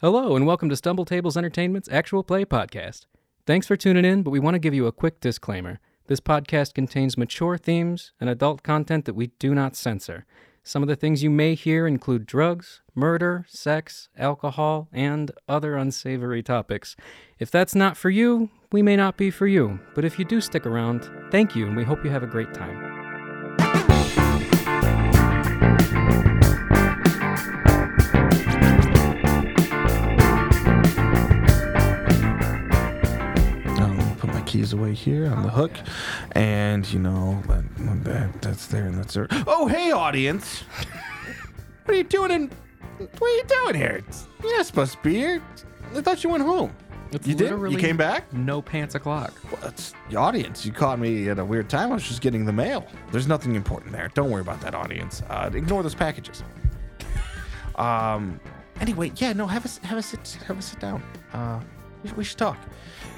Hello, and welcome to Stumble Tables Entertainment's Actual Play Podcast. Thanks for tuning in, but we want to give you a quick disclaimer. This podcast contains mature themes and adult content that we do not censor. Some of the things you may hear include drugs, murder, sex, alcohol, and other unsavory topics. If that's not for you, we may not be for you, but if you do stick around, thank you, and we hope you have a great time. Um, put my keys away here on the hook, and you know that, that that's there and that's there. Oh hey audience, what are you doing? In, what are you doing here? It's- You're not supposed to be here. I thought you went home. It's you did. You literally- came back. No pants o'clock. Well, it's the audience. You caught me at a weird time. I was just getting the mail. There's nothing important there. Don't worry about that, audience. Uh, ignore those packages. Um. Anyway, yeah, no, have a s- have a sit have a sit down. Uh, we, we should talk.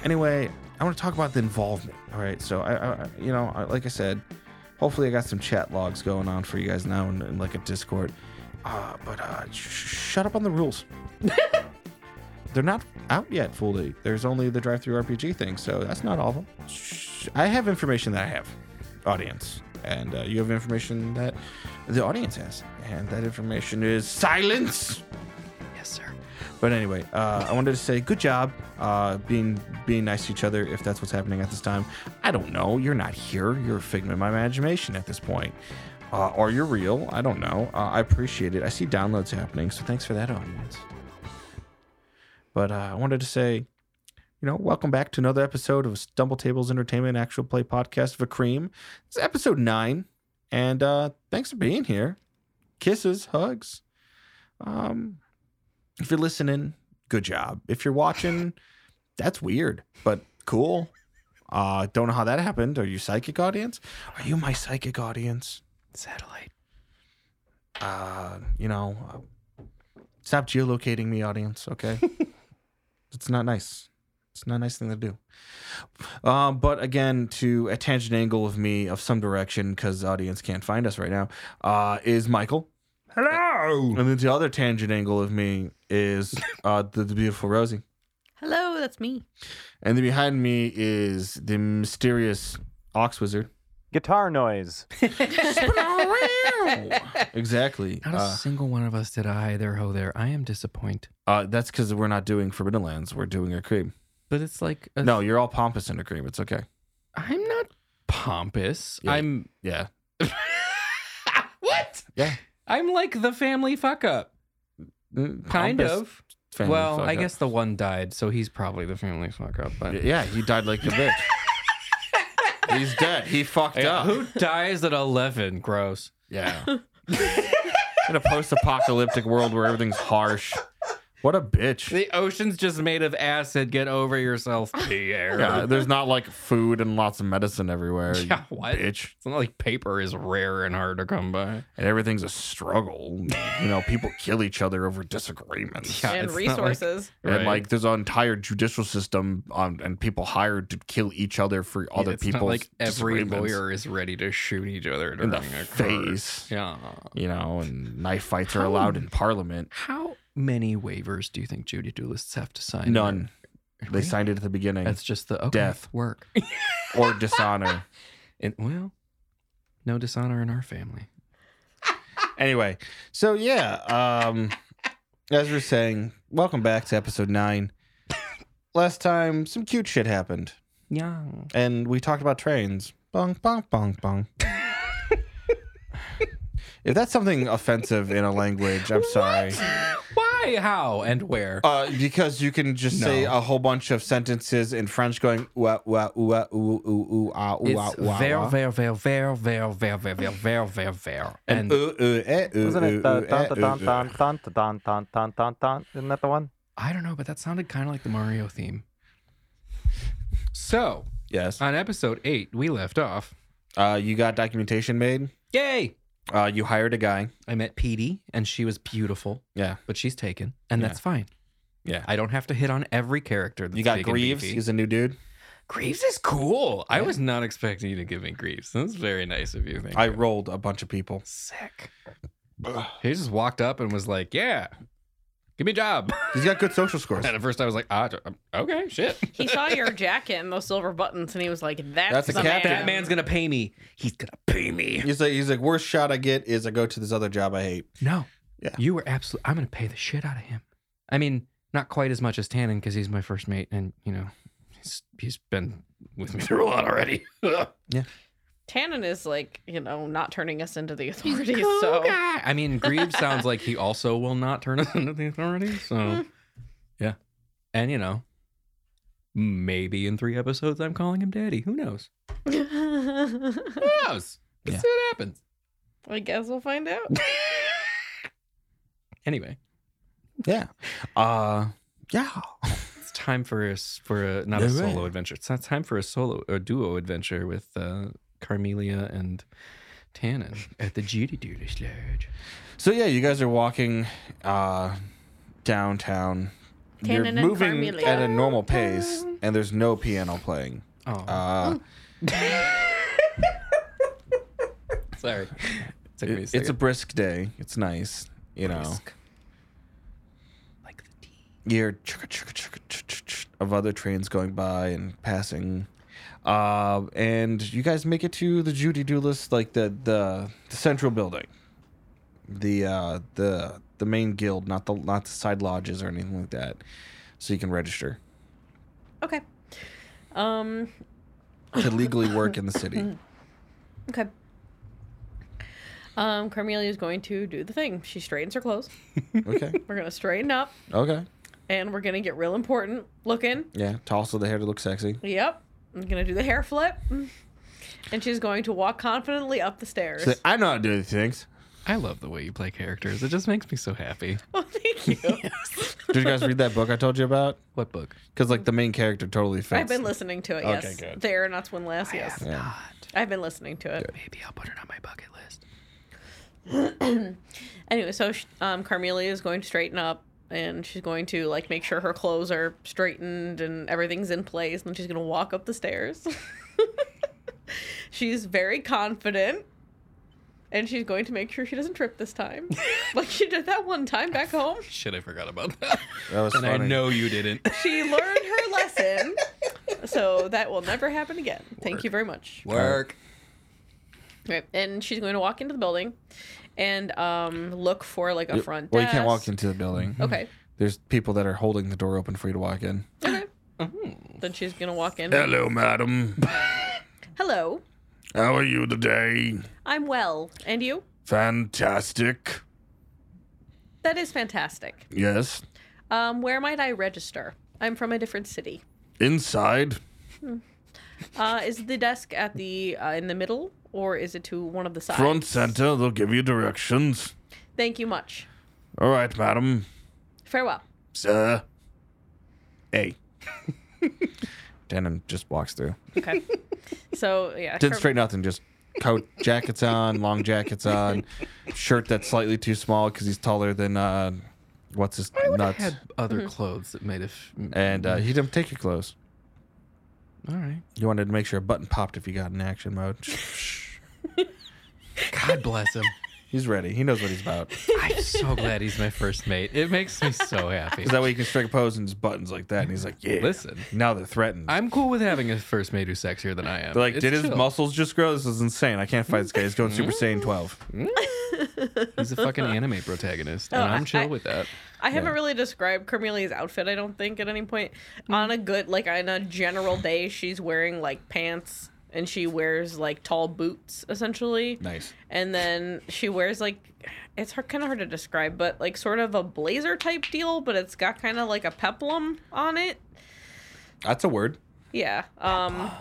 Anyway, I want to talk about the involvement. All right, so I, I I- you know, I, like I said, hopefully I got some chat logs going on for you guys now and, and like a Discord. Uh, but uh, sh- shut up on the rules they're not out yet fully. There's only the drive-through RPG thing, so that's not all of them. Shh. I have information that I have, audience, and uh, you have information that the audience has, and that information is silence. Yes, sir. But anyway, uh, I wanted to say good job uh, being being nice to each other if that's what's happening at this time. I don't know. You're not here. You're a figment of my imagination at this point. Uh, or you're real. I don't know. Uh, I appreciate it. I see downloads happening, so thanks for that, audience. But uh, I wanted to say, you know, welcome back to another episode of Stumble Tables Entertainment Actual Play Podcast of Cream. It's episode nine, and uh, thanks for being here. Kisses, hugs. Um, if you're listening, good job. If you're watching, that's weird, but cool. Uh, don't know how that happened. Are you psychic audience? Are you my psychic audience? Satellite. Uh, you know, uh, stop geolocating me, audience. Okay, it's not nice. It's not a nice thing to do. Um, but again, to a tangent angle of me of some direction, because audience can't find us right now, uh, is Michael. Hello. And then the other tangent angle of me is uh, the, the beautiful Rosie. Hello, that's me. And then behind me is the mysterious ox wizard. Guitar noise. exactly. Not a Uh, single one of us did a hi there, ho there. I am disappointed. uh, that's because we're not doing Forbidden Lands. We're doing a cream. But it's like a, No, you're all pompous in a cream. It's okay. I'm not pompous. Yeah. I'm Yeah. what? Yeah. I'm like the family fuck up, Mm, kind pompous of. family well, fuck I up. guess the one died, so he's probably the family fuck up. But Yeah, he died like a bitch. He's dead. He fucked Yeah, up. who dies at eleven? Gross. Yeah. in a post apocalyptic world where everything's harsh. What a bitch. The ocean's just made of acid. Get over yourself, Pierre. Yeah, there's not like food and lots of medicine everywhere. you Yeah, what? Bitch. It's not like paper is rare and hard to come by. and everything's a struggle. you know, people kill each other over disagreements. Yeah, and Uh, it's not like- resources. Right. And like, there's an entire judicial system, um, and people hired to kill each other for other it's people's not like every disagreements lawyer is ready to shoot each other in during the a court. face. Yeah. You know, and knife fights are How- allowed in Parliament. How many waivers do you think Judy duelists have to sign? None. They Really? signed it at the beginning, That's just the okay, Death. work. or dishonor. And well, no dishonor in our family. anyway, so yeah, um, as we're saying, welcome back to episode nine. Last time, some cute shit happened. Yeah. and we talked about trains. Bong, bong, bong, bong. if that's something offensive in a language, I'm sorry. Why? How? And where? Uh, because you can just say No. a whole bunch of sentences in French going, "Ouah, ouah, ouah, ooh, ooh, ooh, ah, ooh, ah, it's ooh, ah, ver, ah." ver, ver, ver, ver, ver, ver, ver, ver, ver, ver. And And ooh, ooh, eh, ooh, Wasn't ooh, it the ooh, eh, dun ooh, dun ooh. dun dun dun dun dun dun dun? Isn't that the one? I don't know, but that sounded kind of like the Mario theme. So, Yes. on episode eight, we left off. Uh, you got documentation made. Yay! Uh, you hired a guy. I met Petey, and she was beautiful, Yeah. but she's taken, and Yeah. that's fine. Yeah. I don't have to hit on every character. That's You got big and Greaves. beefy. He's a new dude. Greaves is cool. I Yeah. was not expecting you to give me Greaves. That's very nice of you. Thank I you. rolled a bunch of people. sick. He just walked up and was like, "Yeah, Give me a job. He's got good social scores. And at first I was like, ah, okay, shit. He saw your jacket and those silver buttons, and he was like, "That's, That's a the captain. man. That man's gonna pay me. He's gonna pay me. He's like, he's like, worst shot I get is I go to this other job I hate. No. Yeah. You were absolutely. I'm going to pay the shit out of him. I mean, not quite as much as Tannen because he's my first mate and, you know, he's, he's been with me through a lot already. Tannen is like, you know, not turning us into the authorities. Cool so guy. I mean, Greaves sounds like he also will not turn us into the authorities. So, yeah. And, you know, maybe in three episodes I'm calling him daddy. Who knows? Who knows? Let's Yeah. see what happens. I guess we'll find out. Anyway, Yeah. Uh, yeah. it's time for a, s- for a not a Yeah, right. solo adventure. It's not time for a solo or duo adventure with uh, Carmelia and Tannen at the Judy Duty Lodge. So yeah, you guys are walking uh, downtown. You're Tannen and moving Carmelia. at a normal pace, and there's no piano playing. Oh, Uh, sorry. Took me a it- it's a second. brisk day. It's nice, you know. Brisk. like the tea. You're chugga, chugga, chugga, chugga, chugga, chugga of other trains going by and passing. Uh, and you guys make it to the Judy Doolis, like the, the the central building, the uh, the the main guild, not the not the side lodges or anything like that, so you can register okay. Um. to legally work in the city. Okay. Um. Carmelia is going to do the thing. She straightens her clothes. Okay, We're gonna straighten up, okay, and we're gonna get real important looking. yeah. Tousle the hair to look sexy. Yep. I'm gonna do the hair flip. And she's going to walk confidently up the stairs. Say, I know how to do these things. I love the way you play characters. It just makes me so happy. oh, thank you. Did you guys read that book I told you about? What book? Because like the main character totally fits. I've been listening to it. Okay, Yes. good. The Aeronauts Win Last. Yes. Yeah. I've been listening to it. Maybe I'll put it on my bucket list. Anyway, so sh- um, Carmelia is going to straighten up, and she's going to like make sure her clothes are straightened and everything's in place, and she's gonna walk up the stairs. she's very confident. And she's going to make sure she doesn't trip this time, like she did that one time back home. Shit, I forgot about that. That was and I funny. know you didn't. She learned her lesson. So that will never happen again. Thank you very much. Work. Right. And she's going to walk into the building and um, look for like a front Well, desk. you can't walk into the building. Okay. There's people that are holding the door open for you to walk in. Okay. Then she's going to walk in. Hello, madam. Hello. How are you today? I'm well. And you? Fantastic. That is fantastic. Yes. Um, where might I register? I'm from a different city. Inside. Uh, is the desk at the uh, in the middle or is it to one of the sides? Front center. They'll give you directions. Thank you much. All right, madam. Farewell. Sir. Hey. Denim just walks through. Okay. so yeah. Didn't Car- straighten nothing. Just coat jackets on, long jackets on, shirt that's slightly too small because he's taller than uh, what's his nuts. Had other clothes that might have. mm, And uh, he didn't take your clothes. All right. You wanted to make sure a button popped if you got in action mode. God bless him. He's ready. He knows what he's about. I'm so glad he's my first mate. It makes me so happy. Because that way you can strike a pose and just buttons like that. And he's like, yeah. Listen. Now they're threatened. I'm cool with having a first mate who's sexier than I am. they're like, It's did his chill. Mm. muscles just grow? This is insane. I can't fight this guy. He's going Super Saiyan 12. He's a fucking anime protagonist, and Oh, I'm chill I- with that. I haven't really described Carmelia's outfit, I don't think, at any point. On a good, like, on a general day, she's wearing, like, pants and she wears, like, tall boots, essentially. Nice. And then she wears, like, it's hard, kind of hard to describe, but, like, sort of a blazer type deal, but it's got kind of like a peplum on it. That's a word. Yeah. Um,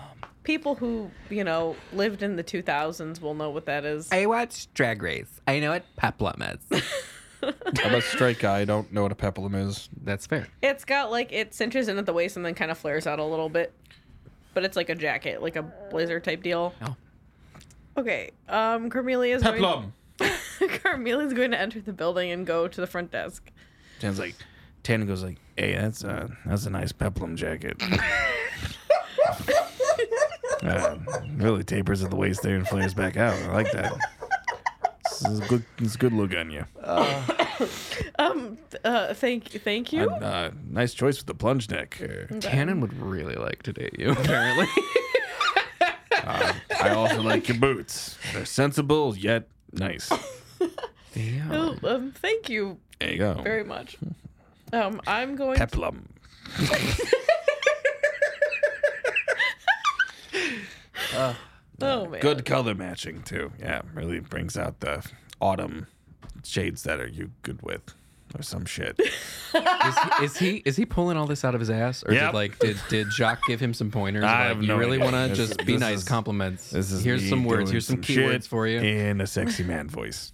people who, you know, lived in the 2000s will know what that is. I watch Drag Race. I know what peplum is. I'm a straight guy. I don't know what a peplum is. That's fair. It's got like it cinches in at the waist and then kind of flares out a little bit. But it's like a jacket, like a blazer type deal. Oh. Okay. Um Carmelia's going Peplum. Carmelia's going to enter the building and go to the front desk. Tan's like, Tan goes like, hey, that's a, that's a nice peplum jacket. Uh, really tapers at the waist there and flares back out. I like that. This is a good, it's a good look on you. um, th- uh, thank, thank you. Uh, nice choice with the plunge neck. Tannen would really like to date you, apparently. Uh, I also like your boots. They're sensible yet nice. yeah. Oh, um, thank you There you go. very much. Um, I'm going. to- Peplum. oh man. Good color matching too. Yeah, really brings out the autumn shades that are you good with, or some shit. Is he, is he is he pulling all this out of his ass, or Yep. did like did did Jacques give him some pointers? like, I have you no really idea. want to This just is- be this nice, is- compliments. This is here's me some words. doing Here's some, shit keywords for you. in a sexy man voice.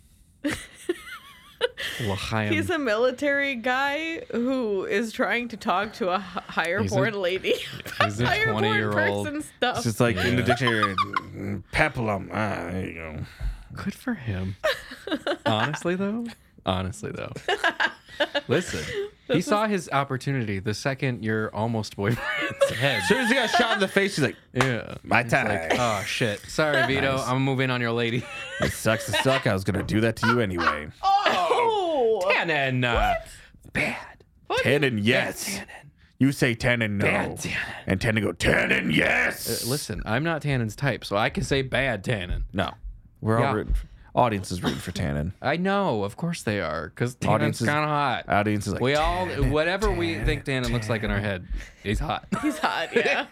L'chaim. He's a military guy who is trying to talk to a h- higher He's a- born lady. he's a 20-year-old. person stuff. It's just like in the Yeah. dictionary, mm, Oh, peplum. Ah, there you go. Good for him. Honestly, though. Honestly, though. Listen, he saw his opportunity the second your almost boyfriend's head. As soon as he got shot in the face, he's like, Yeah. "My time." Oh shit. Sorry, Vito. Nice. I'm moving on your lady. it sucks to suck. I was gonna do that to you anyway. oh, And then uh, bad. Tannen, yes. You say Tannen, no. Bad Tannen. And Tannen go, Tannen, Uh, yes. listen, I'm not Tannen's type, so I can say bad Tannen. No. We're Yeah. all rooting for, audience is rooting for Tannen. I know, of course they are, because Tannen's Audience is- kind of hot. Audience is like, we all, "Tannen, whatever we think Tannen looks like in our head, he's hot. he's hot. Yeah,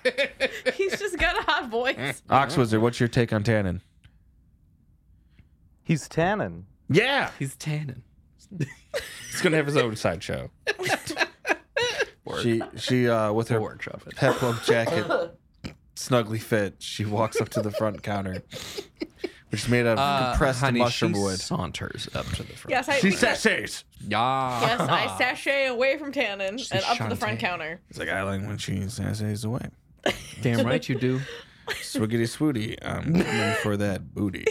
he's just got a hot voice. Ox Wizard, what's your take on Tannen? He's tannin. Yeah. he's Tannen. He's going to have his own sideshow. she, she, uh, with her Pork chop it. peplum jacket, snugly fit, she walks up to the front counter, which is made out of Uh, compressed honey, mushroom she wood. saunters up to the front. Yes, I. She sashays. Yeah. Yes, I sashay away from Tannen and up to the Shantae. front counter. It's like, I like when she sashays away. Damn right you do. Swiggity swooty, I'm coming for that booty.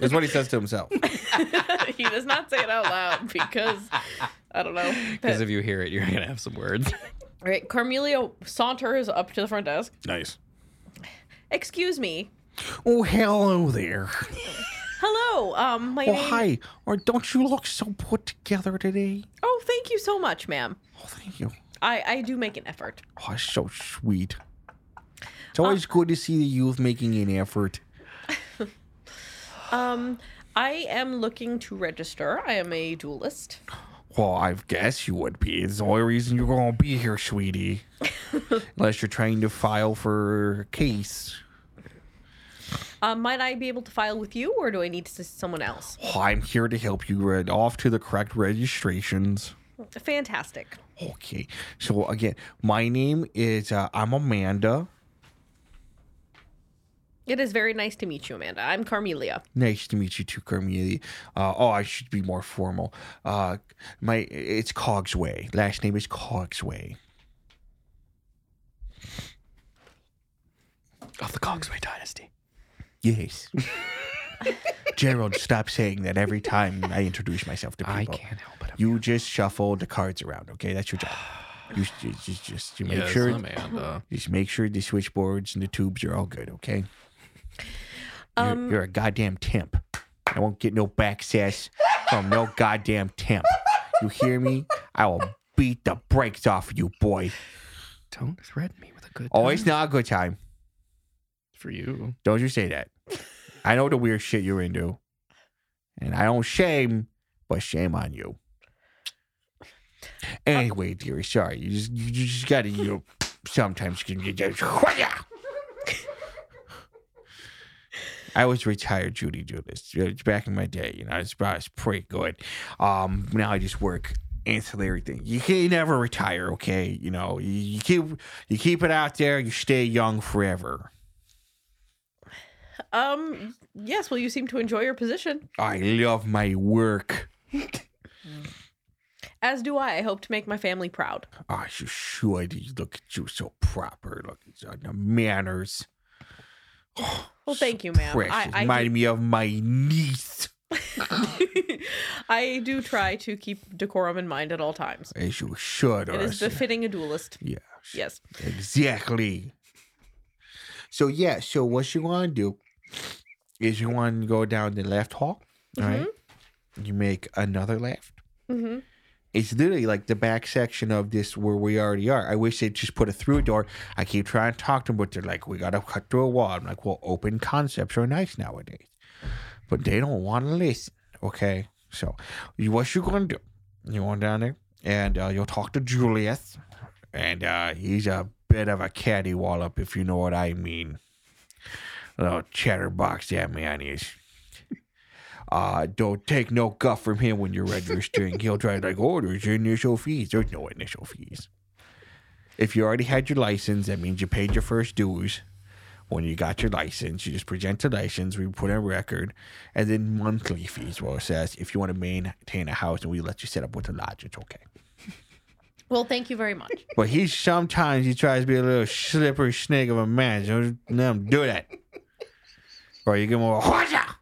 Is what he says to himself. he does not say it out loud because I don't know. Because if you hear it, you're gonna have some words. All right, Carmelia saunters up to the front desk. Nice. Excuse me. Oh, hello there. Hello. Um, my Oh, name. hi. Or don't you look so put together today? Oh, thank you so much, ma'am. Oh, thank you. I I do make an effort. Oh, it's so sweet. It's always good to see the youth making an effort. Um, I am looking to register. I am a duelist. Well, I guess you would be. It's the only reason you're going to be here, sweetie. Unless you're trying to file for a case. Um, might I be able to file with you, or do I need to see someone else? Oh, I'm here to help you read off to the correct registrations. Fantastic. Okay. So again, my name is uh, I'm Amanda. It is very nice to meet you, Amanda. I'm Carmelia. Nice to meet you too, Carmeli. Uh, oh, I should be more formal. Uh, my it's Cogsway. Last name is Cogsway. of the Cogsway dynasty. Yes. Gerald, stop saying that every time I introduce myself to people. I can't help it. You just shuffle the cards around, okay? That's your job. You s- you just just you make Yes, sure Amanda. just make sure the switchboards and the tubes are all good, okay? You're- Um, you're, a goddamn temp. I won't get no back sass from no goddamn temp. You hear me? I will beat the brakes off you, boy. Don't threaten me with a good. Oh, it's time not a good time. for you. Don't you say that. I know the weird shit you're into. And I don't shame, but shame on you. Anyway, dearie, sorry. You just you you just gotta you know, sometimes you can get I was retired Judy Judas. Uh, Back in my day, you know, I was, I was pretty good. Um, now I just work ancillary thing. You can never retire, okay? You know, you, you keep you keep it out there, you stay young forever. um, yes. Well, you seem to enjoy your position, I love my work. as do I. I hope to make my family proud. Ah, you should. You look at you so proper. Look at you, the manners. Well, thank you, ma'am. Precious. I, I, Remind me of my niece. do, I do try to keep decorum in mind at all times. As you should. It or is else- befitting a duelist. yeah. Yes. Exactly. So yeah, so what you want to do Mm-hmm. is you want to go down the left hall, all right? You make another left, Mhm. It's literally like the back section of this where we already are. I wish they'd just put it through a door. I keep trying to talk to them, but they're like, we got to cut through a wall. I'm like, well, open concepts are nice nowadays. But they don't want to listen. Okay. So, you, what you going to do? You want down there and uh, you'll talk to Julius. And uh, he's a bit of a caddy wallop, if you know what I mean. Little chatterbox at me on his. Uh, don't take no guff from him when you're registering. He'll try like, oh, there's your initial fees. There's no initial fees. If you already had your license, that means you paid your first dues. When you got your license, you just present the license, we put a record, and then monthly fees will assess if you want to maintain a house and we let you set up with a lodge, it's okay. Well, thank you very much. But he sometimes he tries to be a little slippery snake of a man. So Don't let him do that. Or you give him a Hwasha!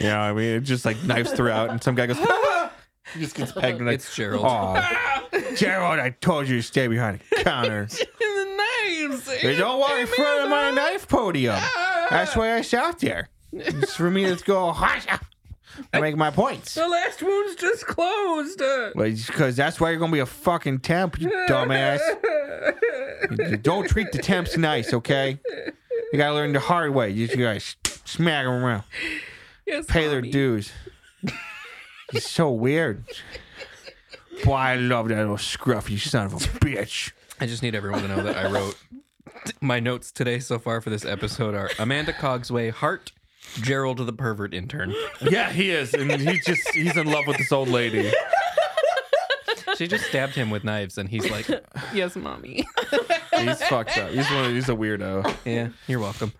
You know, what I mean, it's just like knives throughout, and some guy goes, he just gets pegged, and like, It's Gerald. "Aw, Gerald, I told you to stay behind the counter. the knives. They don't want in front of my knife podium. That's why I sat there. It's for me to go "Hwasha!" and make my points. The last wound's just closed. Because that's why you're gonna be a fucking temp, you dumbass. You Don't treat the temps nice, okay? You gotta learn the hard way. You just gotta s- smack them around, Yes, pay their mommy. dues. He's so weird. Boy, I love that little scruffy son of a bitch. I just need everyone to know that I wrote my notes today so far for this episode are Amanda Cogsway, Hart, Gerald the pervert intern. Yeah, he is, and he's just—he's in love with this old lady. She just stabbed him with knives, and he's like, "Yes, mommy." He's fucked up. He's one. Of, he's a weirdo. Yeah, you're welcome.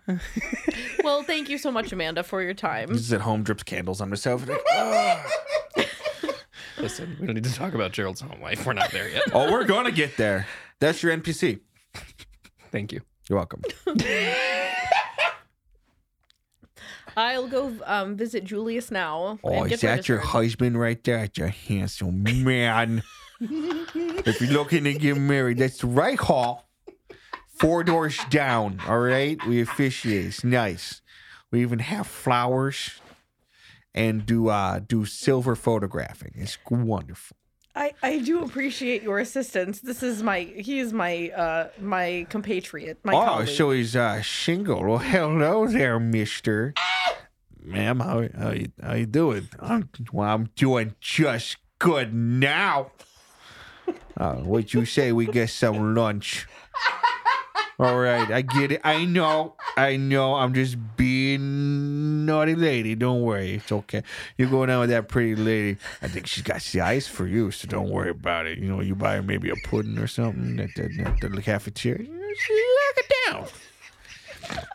Well, thank you so much, Amanda, for your time. He's at home, drips candles on himself. Like, Listen, we don't need to talk about Gerald's home life. We're not there yet. oh, we're gonna get there. That's your NPC. Thank you. You're welcome. I'll go um, visit Julius now. Oh, and is get that your registered. husband right there? That's a handsome man. if you're looking to get married, that's the right hall. Four doors down, all right? We officiate. It's nice. We even have flowers and do uh do silver photographing. It's wonderful. I, I do appreciate your assistance. This is my he is my uh my compatriot. My oh, colleague. so he's uh shingle. Well, hello there, mister. Ma'am, how how you, how you doing? I'm well, I'm doing just good now. Uh, what you say we get some lunch? All right, I get it. I know, I know. I'm just being naughty lady. Don't worry, it's okay. You're going out with that pretty lady. I think she's got the eyes for you, so don't worry about it. You know, you buy her maybe a pudding or something at the, at the cafeteria. You know, She knock it down.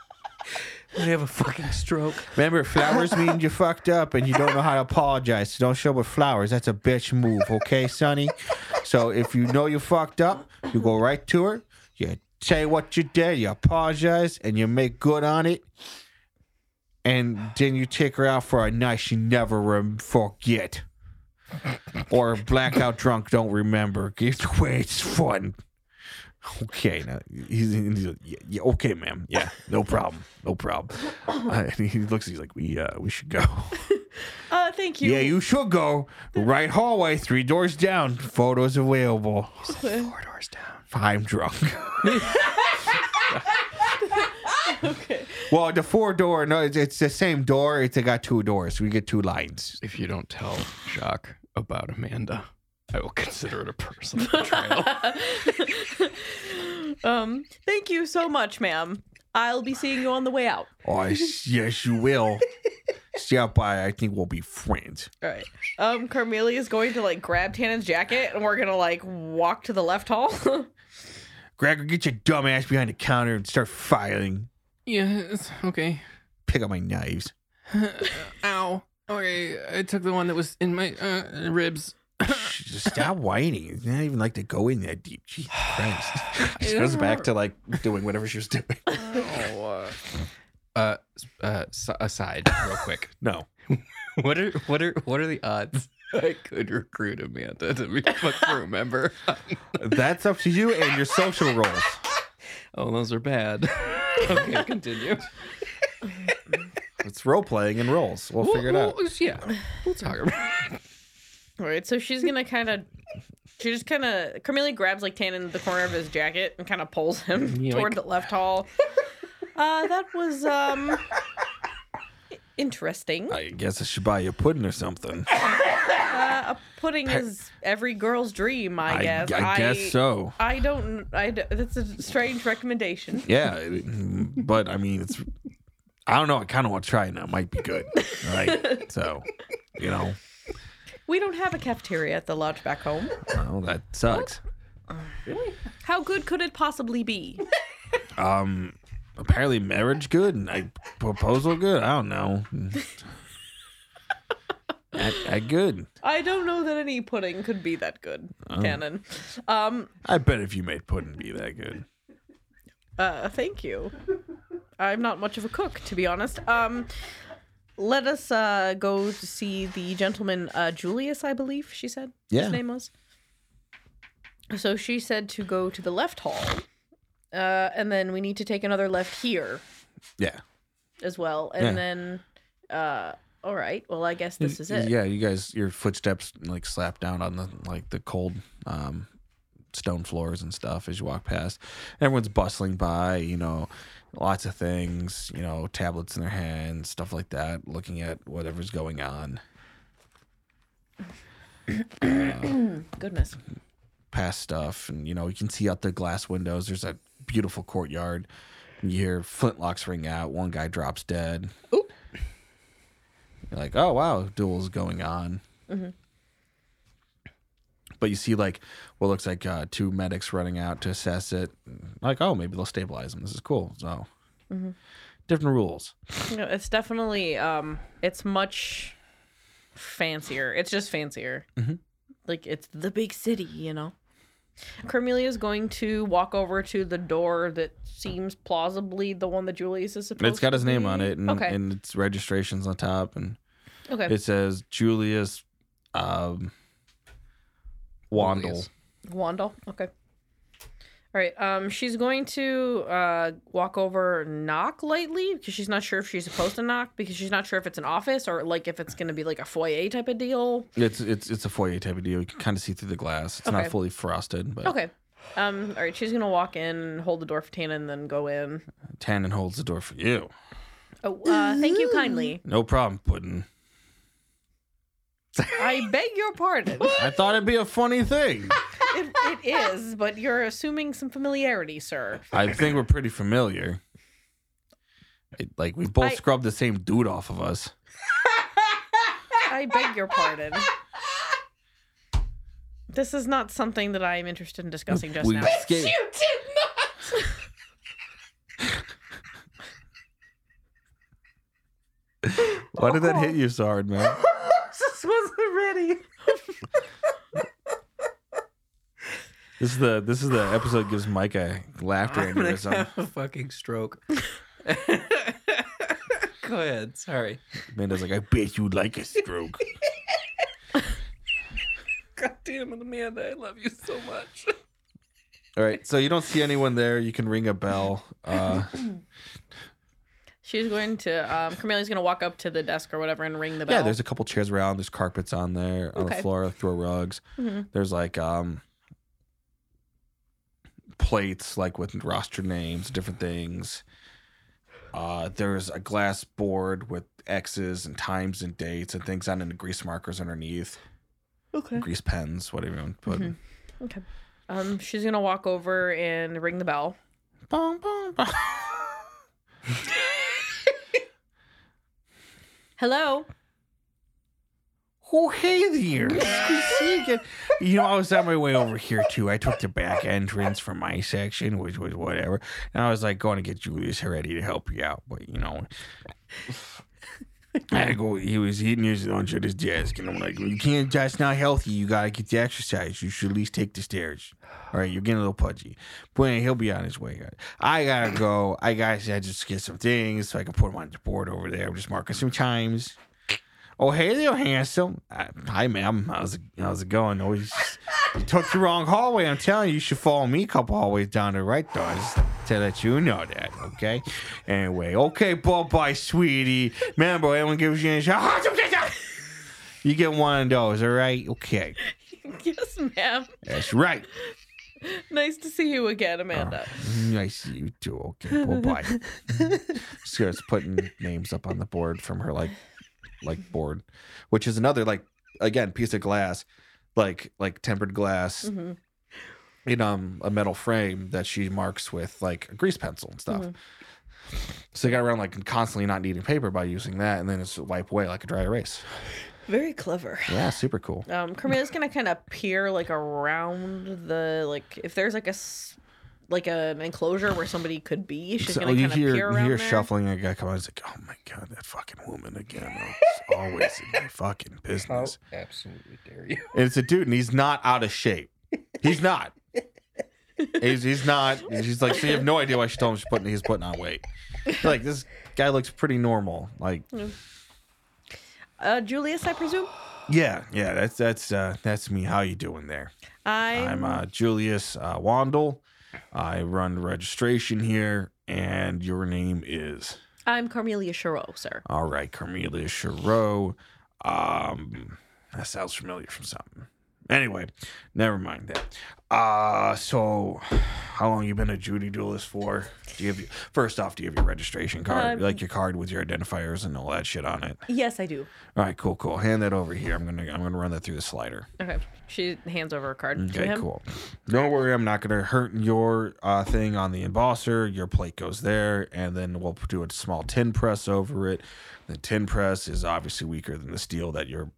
I have a fucking stroke. Remember, flowers mean you fucked up and you don't know how to apologize. So don't show up with flowers. That's a bitch move, okay, Sonny? So if you know you fucked up, you go right to her, you say what you did, you apologize, and you make good on it. And then you take her out for a night she never rem- forget. Or blackout drunk, don't remember. Either way, it's fun. Okay, now he's, he's like, yeah, yeah, okay, ma'am. Yeah, no problem, no problem. Uh, and he looks, he's like, we uh, we should go. uh thank you. yeah, you should go. Right hallway, three doors down. Photos available. Four doors down. I'm drunk. Well, the four door, no, it's, it's the same door. It's it got two doors. We get two lines. If you don't tell Jacques about Amanda, I will consider it a personal betrayal. um thank you so much, ma'am. I'll be seeing you on the way out. Oh, yes, you will. Stop by. I think we'll be friends. All right. Um Carmelia is going to like grab Tannen's jacket and we're going to like walk to the left hall. Gregor, get your dumb ass behind the counter and start filing. yes. Okay. Pick up my knives. Ow. Okay. I took the one that was in my uh, ribs. Just stop whining. It's not even like to go in that deep. Jesus Christ. she goes back to like doing whatever she was doing. Oh. Uh, uh, s- uh, s- aside, real quick. No. What are what are what are the odds I could recruit Amanda to be a fuck crew member? That's up to you and your social roles. Oh, those are bad. okay, continue. It's role playing and roles. We'll figure it out. Yeah, we'll talk about All right, so she's gonna kind of, she just kind of, Carmelia grabs like Tan in the corner of his jacket and kind of pulls him Yoink. toward the left hall. Uh, that was um, i- interesting. I guess I should buy you a pudding or something. Uh, a pudding is every girl's dream, I, guess. I, guess so. I don't. I. d- That's a strange recommendation. Yeah, it- mm, but I mean, it's. I don't know. I kind of want to try it. and It might be good, right? So, you know, We don't have a cafeteria at the lodge back home. well, that sucks. How good could it possibly be? Um, apparently marriage good and I proposal good. I don't know. I, I good. I don't know that any pudding could be that good, Oh. Canon. Um, I bet if you made pudding be that good. uh, thank you. I'm not much of a cook, to be honest. Um, let us uh, go to see the gentleman, uh, Julius, I believe she said Yeah. his name was. So she said to go to the left hall, uh, and then we need to take another left here Yeah. as well, and Yeah. Mm, then, uh, all right. Well, I guess this is it. Yeah, you guys, your footsteps like slap down on the like the cold um, stone floors and stuff as you walk past. Everyone's bustling by, you know, lots of things, you know, tablets in their hands, stuff like that, looking at whatever's going on. Goodness. past stuff and you know you can see out the glass windows there's a beautiful courtyard you hear flintlocks ring out one guy drops dead you're like oh wow duels going on but you see like what looks like uh, two medics running out to assess it like oh maybe they'll stabilize him this is cool so different rules No, it's definitely um it's much fancier. It's just fancier. Mm-hmm. Like it's the big city, you know. Carmelia's going to walk over to the door that seems plausibly the one that Julius is supposed it's got his to name be. on it and, okay. and it's registrations on top and okay. it says julius um wandle Julius. Wandel. Okay. All right. Um, she's going to uh walk over, knock lightly because she's not sure if she's supposed to knock because she's not sure if it's an office or like if it's gonna be like a foyer type of deal. It's it's it's a foyer type of deal. You can kind of see through the glass. It's Okay. not fully frosted, but Okay. Um. All right. She's gonna walk in, hold the door for Tana, and then go in. Tannen holds the door for you. Oh, uh, thank you kindly. No problem, Puddin. I beg your pardon. I thought it'd be a funny thing. It, it is, but you're assuming some familiarity, sir. I think we're pretty familiar. It, like we both I- scrubbed the same dude off of us. I beg your pardon. This is not something that I am interested in discussing just we now. escaped. Why did that hit you so hard, man? Oh. This wasn't ready. This is the this is the episode gives Mike a laughter aneurysm. a fucking stroke. Go ahead. Sorry. Amanda's like, I bet you'd like a stroke. God damn it, Amanda. I love you so much. All right, so you don't see anyone there. You can ring a bell. Uh, She's going to. Um, Carmelia's going to walk up to the desk or whatever and ring the bell. yeah, there's a couple chairs around. There's carpets on there on Okay. the floor. Like throw rugs. Mm-hmm. There's like um plates like with roster names, different things. Uh, there's a glass board with X's and times and dates and things on it, and grease markers underneath, okay. grease pens, whatever you want to put. Okay. Um, she's going to walk over and ring the bell. Bong, bong, bong. Hello. Oh, hey there. It's good to see you again. You know, I was on my way over here too. I took the back entrance from my section, which was whatever. And I was like going to get Julius ready to help you out, but you know. I had to go. He was eating his lunch at his desk, and I'm like, "You can't. That's not healthy. You gotta get the exercise. You should at least take the stairs. All right, you're getting a little pudgy, but he'll be on his way. I gotta go. I gotta I just get some things so I can put them on the board over there. I'm just marking some times. Oh, hey there, handsome. Uh, Hi, ma'am. How's it, how's it going? Oh, you s- you took the wrong hallway. I'm telling you, you should follow me a couple hallways down the right, though. Just to let you know that, okay? Anyway, okay, bye-bye, sweetie. Remember, anyone gives you any shot. You get one of those, all right? Okay. yes, ma'am. That's right. Nice to see you again, Oh, Amanda. Nice to mm, you too. Okay, bye bye. Sarah's putting names up on the board from her like like board, which is another like again piece of glass, like like tempered glass hmm in um a metal frame that she marks with like a grease pencil and stuff. Mm-hmm. So they got around like constantly not needing paper by using that, and then it's wipe away like a dry erase. Very clever. Yeah, super cool. Um, Carmilla's gonna kind of peer like around the like if there's like a s- like an enclosure where somebody could be, she's So gonna you kind of hear peer you around hear there. shuffling. A guy comes. It's like, oh my god, that fucking woman again. Oh, she's always in my fucking business. absolutely dare you. And it's a dude, and he's not out of shape. He's not. He's, he's not. She's like, so you have no idea why she told him she's putting he's putting on weight. Like this guy looks pretty normal. Like, Uh, Julius, I presume. yeah, yeah, that's that's uh, that's me. How you doing there? I'm I'm, uh, Julius uh, Wandel. I run registration here, and your name is I'm Carmelia Chereau, sir. all right, Carmelia Chereau. Um, that sounds familiar from something. Anyway, never mind that. Uh, so how long you been a Judy duelist for? Do you have your, first off? Do you have your registration card, Um, like your card with your identifiers and all that shit on it? Yes, I do. All right, cool, cool. Hand that over here. I'm gonna I'm gonna run that through the slider. Okay. She hands over a card to Okay, him. cool. Don't worry, I'm not gonna hurt your uh, thing on the embosser. Your plate goes there, and then we'll do a small tin press over it. The tin press is obviously weaker than the steel that your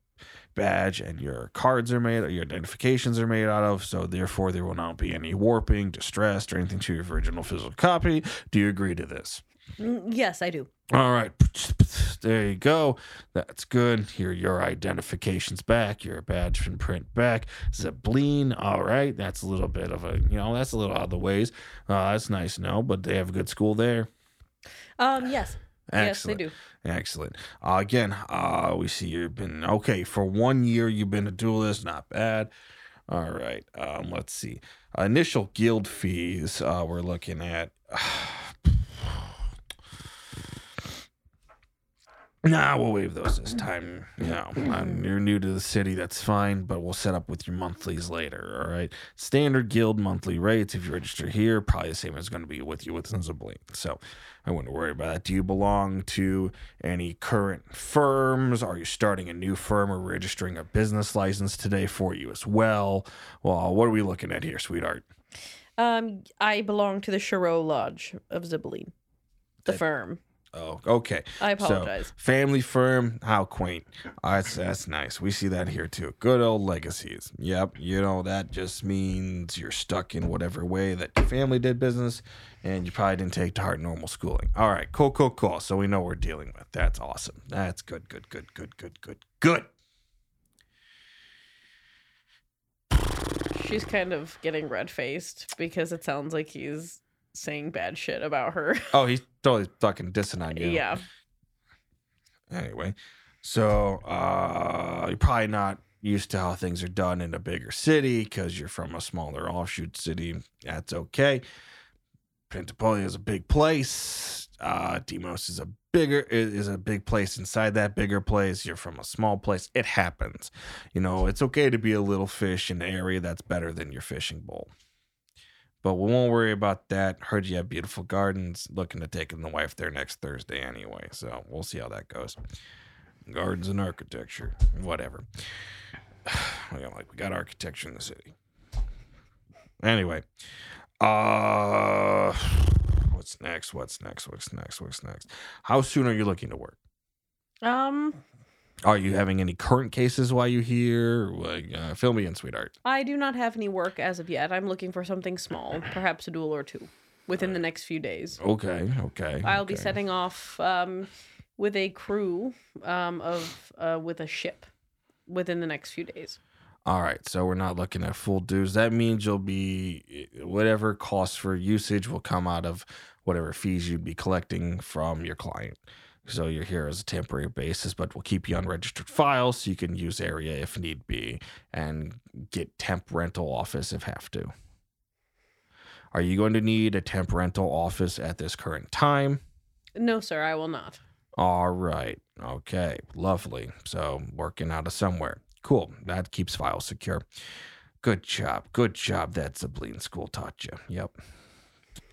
badge and your cards are made, or your identifications are made out of. So therefore, there will not be any warping, distress, or anything to your original physical copy. Do you agree to this? Mm, Yes, I do. All right. There you go. That's good. Here, your identification's back. Your badge and print back. Zableen. All right. That's a little bit of a, you know, that's a little out of the ways. Uh, that's nice no, but they have a good school there. Um, yes, yes, they Excellent. do. Excellent. Uh, again, uh, we see you've been, okay, for one year you've been a duelist. Not bad. All right. Um, let's see. Initial guild fees uh, we're looking at. Nah, we'll waive those this time. No, um, you're new to the city. That's fine, but we'll set up with your monthlies later. All right. Standard guild monthly rates. If you register here, probably the same as going to be with you with Zimbabwe. So I wouldn't worry about that. Do you belong to any current firms? Are you starting a new firm or registering a business license today for you as well? Well, what are we looking at here, sweetheart? Um, I belong to the Chereau Lodge of Zibeline, the That- firm. Oh, okay. I So, apologize. family firm, how quaint. Uh, that's that's nice. We see that here too. Good old legacies. Yep. You know that just means you're stuck in whatever way that your family did business, and you probably didn't take to heart normal schooling. All right. Cool. Cool. Cool. So we know we're dealing with. That's awesome. That's good. Good. Good. Good. Good. Good. Good. She's kind of getting red faced because it sounds like he's saying bad shit about her. Oh, he's totally fucking dissing on you. yeah. anyway so uh you're probably not used to how things are done in a bigger city because you're from a smaller offshoot city that's okay pentapolia is a big place uh demos is a bigger i- is a big place inside that bigger place you're from a small place it happens you know it's okay to be a little fish in an area that's better than your fishing bowl but we won't worry about that. Heard you have beautiful gardens. Looking to taking the wife there next Thursday anyway. So we'll see how that goes. Gardens and architecture, whatever. we got like we got architecture in the city. Anyway, uh, what's next? What's next? What's next? What's next? How soon are you looking to work? Um, Are you having any current cases while you here? Like, uh, fill me in, sweetheart. I do not have any work as of yet. I'm looking for something small, perhaps a duel or two, within the next few days. Okay, okay. I'll be okay. setting off um, with a crew um, of uh, with a ship within the next few days. All right, so we're not looking at full dues. That means you'll be eh, whatever costs for usage will come out of whatever fees you'd be collecting from your client. So you're here as a temporary basis, but we'll keep you on registered files so you can use area if need be and get temp rental office if have to. Are you going to need a temp rental office at this current time? No, sir, I will not. All right. Okay. Lovely. So working out of somewhere. Cool. That keeps files secure. Good job. Good job. That Sabline school taught you. Yep.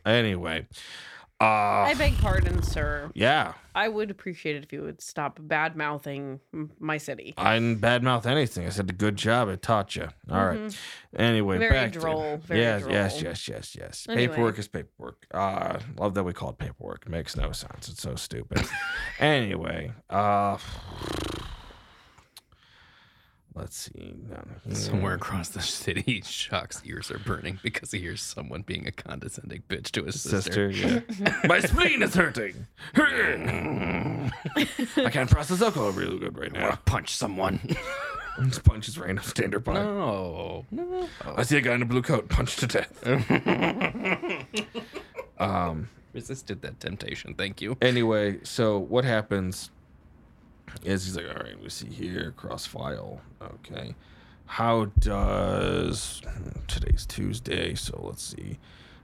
Anyway. Uh I beg pardon, sir. yeah. I would appreciate it if you would stop bad mouthing my city. I didn't badmouth anything. I said the good job it taught you. All right. Mhm. Anyway, Very back to- droll, very yes, yes, droll. yes, yes, yes. Anyway. Paperwork is paperwork. Uh love that we call it paperwork. It makes no sense. It's so stupid. anyway, uh let's see. down here. Somewhere across the city, Shock's ears are burning because he hears someone being a condescending bitch to his sister. sister. yeah. My spleen is hurting. I can't process alcohol really good right I want now. to punch someone. Just punch his random standard by. Oh, no, no. I see a guy in a blue coat punched to death. Resisted that temptation. Thank you. Anyway, so what happens is he's like, all right, we see here, cross file. Okay. How does today's Tuesday? So let's see.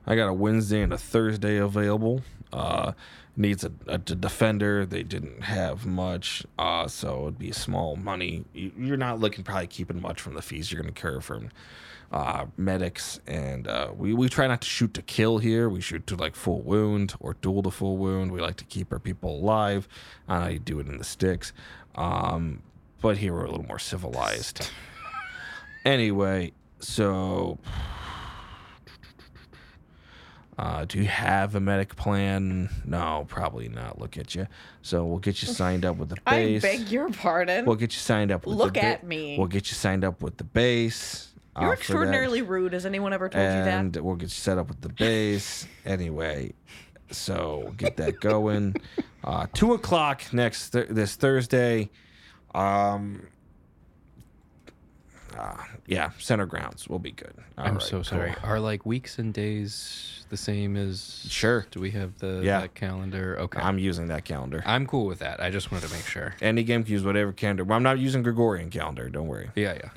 I got a Wednesday and a Thursday available. Uh, needs a, a d- defender. They didn't have much, uh, so it'd be small money. You- You're not looking probably keeping much from the fees you're going to incur from uh, medics, and uh, we we try not to shoot to kill here. We shoot to like full wound or duel to full wound. We like to keep our people alive. I you do it in the sticks, um, but here we're a little more civilized. anyway, so uh, do you have a medic plan? No, probably not. Look at you. So we'll get you signed up with the I base. beg your pardon. We'll get you signed up. With Look the ba- at me. We'll get you signed up with the base. uh, You're for that, extraordinarily rude. Has anyone ever told you that? and we'll get you set up with the base anyway. So we'll get that going. uh, two o'clock next th- this Thursday. Um. Uh, yeah, center grounds will be good. All I'm right, so cool. sorry. Are like weeks and days the same as? Sure. Do we have the Yeah. that calendar? Okay. I'm, I'm using that calendar. cool with that. I just wanted to make sure. Any game can use whatever calendar. Well, I'm not using Gregorian calendar. Don't worry. Yeah, yeah.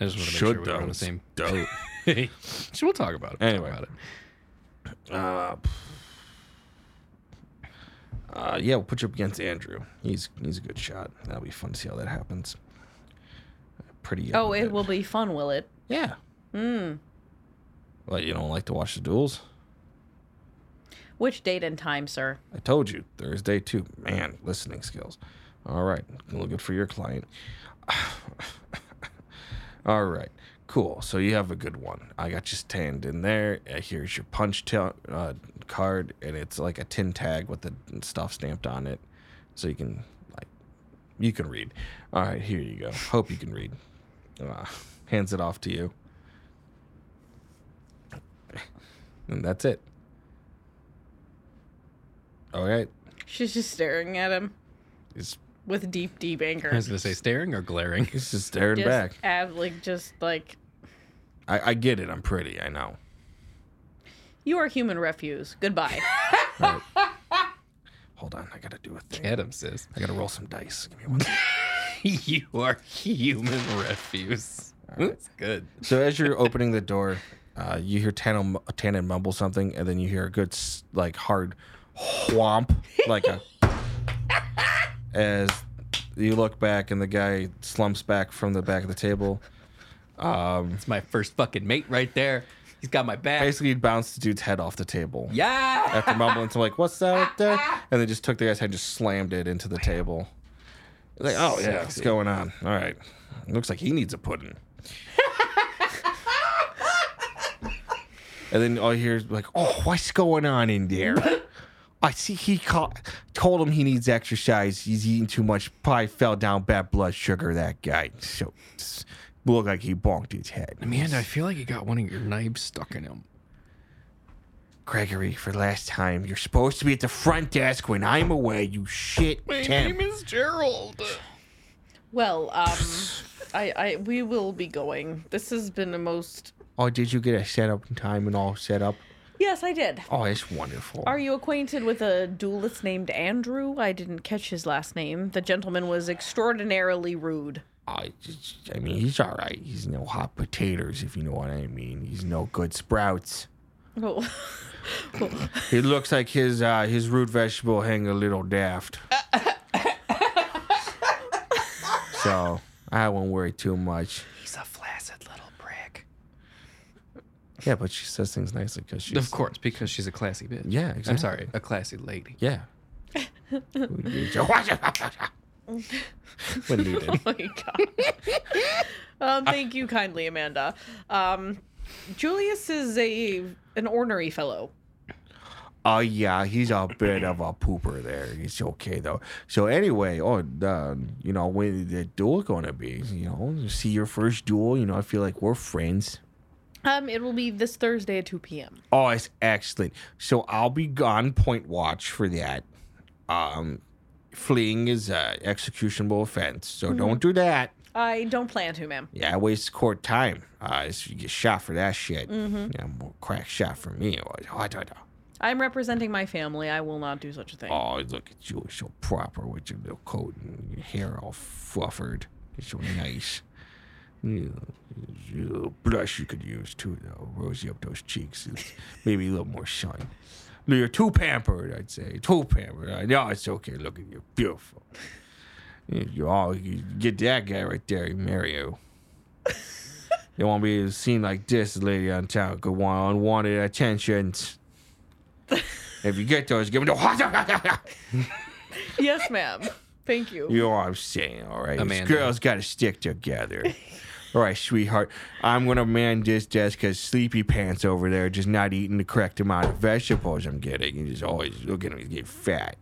I just wanted to make sure we were on the same. Dope. so we'll talk about it. We'll talk Anyway. about it. Uh, uh, yeah, we'll put you up against Andrew. He's he's a good shot. That'll be fun to see how that happens. Pretty. young Oh, with it will be fun, will it? Yeah. Mm. Well, you don't like to watch the duels. Which date and time, sir? I told you Thursday too. Man, listening skills. All right, look good for your client. All right, cool. So you have a good one. I got you stand in there. Uh, Here's your punch ta- uh, card, and it's like a tin tag with the stuff stamped on it, so you can like you can read. All right, here you go. Hope you can read. Uh, hands it off to you, and that's it. All right, She's just staring at him it's with deep, deep anger. I was gonna say staring or glaring. He's just staring just back. ab- like, just like I, I get it. I'm pretty. I know. you are human refuse. Goodbye. Hold on. I gotta do a thing. Adam says, I gotta roll some dice. Give me one. second. "You are human refuse." Oh, That's good. so as you're opening the door, uh, you hear Tannen, Tannen mumble something, and then you hear a good s- like hard whomp, like a as you look back and the guy slumps back from the back of the table. It's my first fucking mate right there. He's got my back. Basically, he bounced the dude's head off the table. Yeah. after mumbling to like, "What's that?" up there?" and then just took the guy's head, and just slammed it into the table. Like, oh yeah, what's going on? All right, looks like he needs a pudding. and then all you hear is like, "Oh, what's going on in there?" I see he caught, told him he needs exercise. He's eating too much. Probably fell down bad blood sugar. That guy. So look like he bonked his head. Amanda, I feel like you got one of your knives stuck in him. Gregory, for last time, you're supposed to be at the front desk when I'm away, you shit temp. is Gerald. well, um, I, I, we will be going. This has been the most. Oh, did you get a setup in time and all set up? Yes, I did. Oh, it's wonderful. Are you acquainted with a duelist named Andrew? I didn't catch his last name. The gentleman was extraordinarily rude. I, just- I mean, he's all right. He's no hot potatoes, if you know what I mean. He's no good sprouts. Oh. He looks like his uh, his root vegetable hang a little daft. so I won't worry too much. He's a flaccid little prick. Yeah, but she says things nicely because she's Of course, because she's a classy bitch. Yeah, I'm exactly. sorry, a classy lady. Yeah. when needed. Oh my god. um, thank you kindly, Amanda. Um, Julius is a an ornery fellow. Oh yeah, he's a bit of a pooper there. He's okay though. So anyway, oh, uh, you know when the duel gonna be? You know, you see your first duel. You know, I feel like we're friends. Um, it will be this Thursday at 2 p.m. Oh, it's excellent. So I'll be gone point watch for that. Um, fleeing is a executionable offense, so don't do that. I don't plan to, ma'am. Yeah, I waste court time. Uh, it's, you get shot for that shit. Yeah, more crack shot for me. Oh, I don't know. I'm representing my family. I will not do such a thing. Oh, look at you. You're so proper with your little coat and your hair all fluffered. It's so nice. Yeah, yeah. Blush you could use too, though. Rosy up those cheeks. Maybe a little more shine. No, You're too pampered, I'd say. Too pampered. I know it's okay. Look at you. Beautiful. Yeah, You all you get that guy right there, Mario. They won't be seen like this lady on town could want unwanted attentions. if you get those, give them the Yes, ma'am. Thank you. You know what I'm saying, all right? These Amanda. girls got to stick together. all right, sweetheart. I'm going to man this desk because Sleepy Pants over there just not eating the correct amount of vegetables I'm getting. He's just always looking to get fat.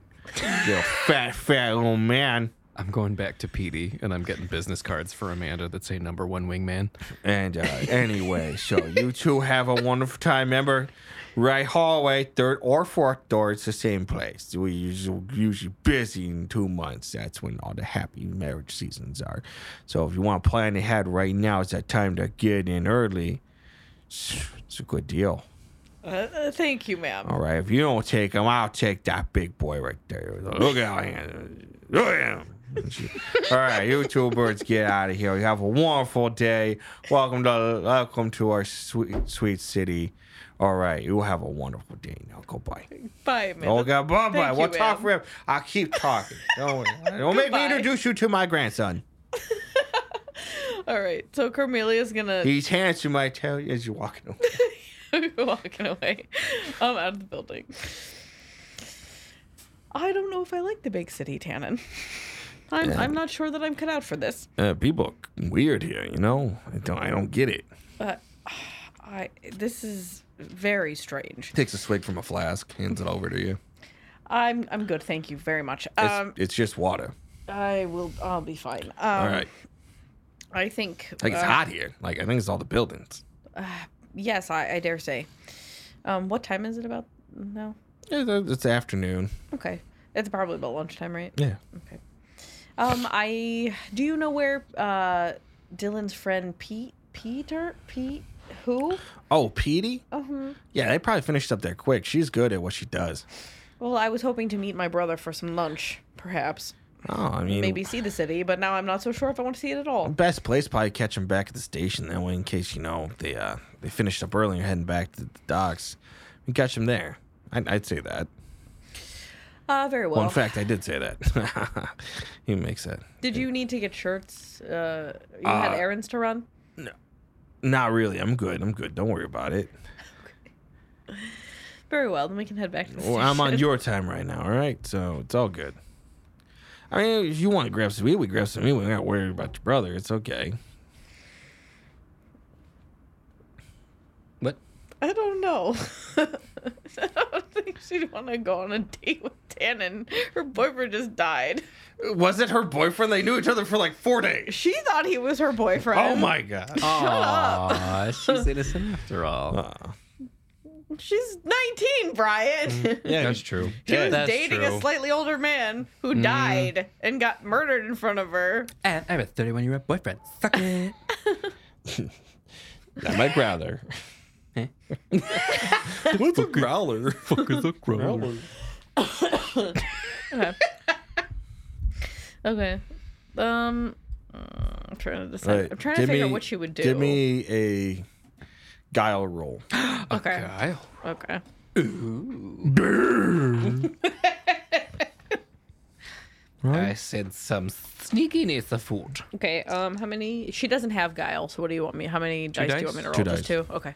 Little fat, fat little man. I'm going back to PD and I'm getting business cards for Amanda that say number one wingman. And uh, anyway, so you two have a wonderful time. Remember, right hallway, third or fourth door, it's the same place. We usually usually busy in two months. That's when all the happy marriage seasons are. So if you want to plan ahead right now, it's that time to get in early. It's it's a good deal. Uh, uh, thank you, ma'am. All right, if you don't take him, I'll take that big boy right there. Look at how handsome. Look at him. All right, you two birds, get out of here. You have a wonderful day. Welcome to welcome to our sweet sweet city. All right, you have a wonderful day. Now go bye. Bye, ma'am. Oh God, bye bye. you, We'll talk ma'am. forever. I'll keep talking. Don't, don't make me Goodbye. introduce you to my grandson. All right. So Cornelia's gonna He's handsome, I tell you, as you're walking away. walking away. I'm out of the building. I don't know if I like the big city, Tannen. I'm, I'm not sure that I'm cut out for this. Uh, people are weird here, you know. I don't I don't get it. I this is very strange. Takes a swig from a flask, hands it over to you. I'm I'm good, thank you very much. It's, Um, it's just water. I will I'll be fine. Um, All right. I think. Like it's uh, hot here. Like I think it's all the buildings. Yes, I, I dare say. Um, what time is it about? No. It's, it's afternoon. Okay, it's probably about lunchtime, right? Yeah. Okay. Um, I do you know where uh Dylan's friend Pete Peter Pete who? Oh, Petey? Uh-huh. Yeah, they probably finished up there quick. She's good at what she does. Well, I was hoping to meet my brother for some lunch, perhaps. Oh, I mean, Maybe see the city, but now I'm not so sure if I want to see it at all. best place probably catch them back at the station. That way, in case you know they uh they finished up early and heading back to the docks, we catch them there. I'd, I'd say that. Uh very well. Well, in fact, I did say that. he makes that. Did you need to get shirts? Uh you had Uh, errands to run? Not really. I'm good. I'm good. Don't worry about it. Very well, then we can head back to the Well, I'm on station. your time right now, all right? So it's all good. I mean, if you want to grab some meat, we grab some meat. We're not worried about your brother. It's okay. What? I don't know. I don't think she'd want to go on a date with Tannen. Her boyfriend just died. Was it her boyfriend? They knew each other for like four days. She thought he was her boyfriend. Oh my god. Aw, she's innocent after all. Uh, She's 19, Brian. Mm. yeah, Mm. That's true. She was That's dating true. a slightly older man who died and got murdered in front of her. And I have a 31 year old boyfriend. Fuck it. Not my brother. What's a growler? Fuck is a growler. Okay. Um, uh, I'm trying to decide. I'm trying to figure out what you would do. Give me a guile roll. Okay. Kyle. Okay. I said some sneakiness afoot. Okay. Um, how many? She doesn't have guile. So what do you want me? How many dice, do you want me to roll? dice? Two Just two. Okay.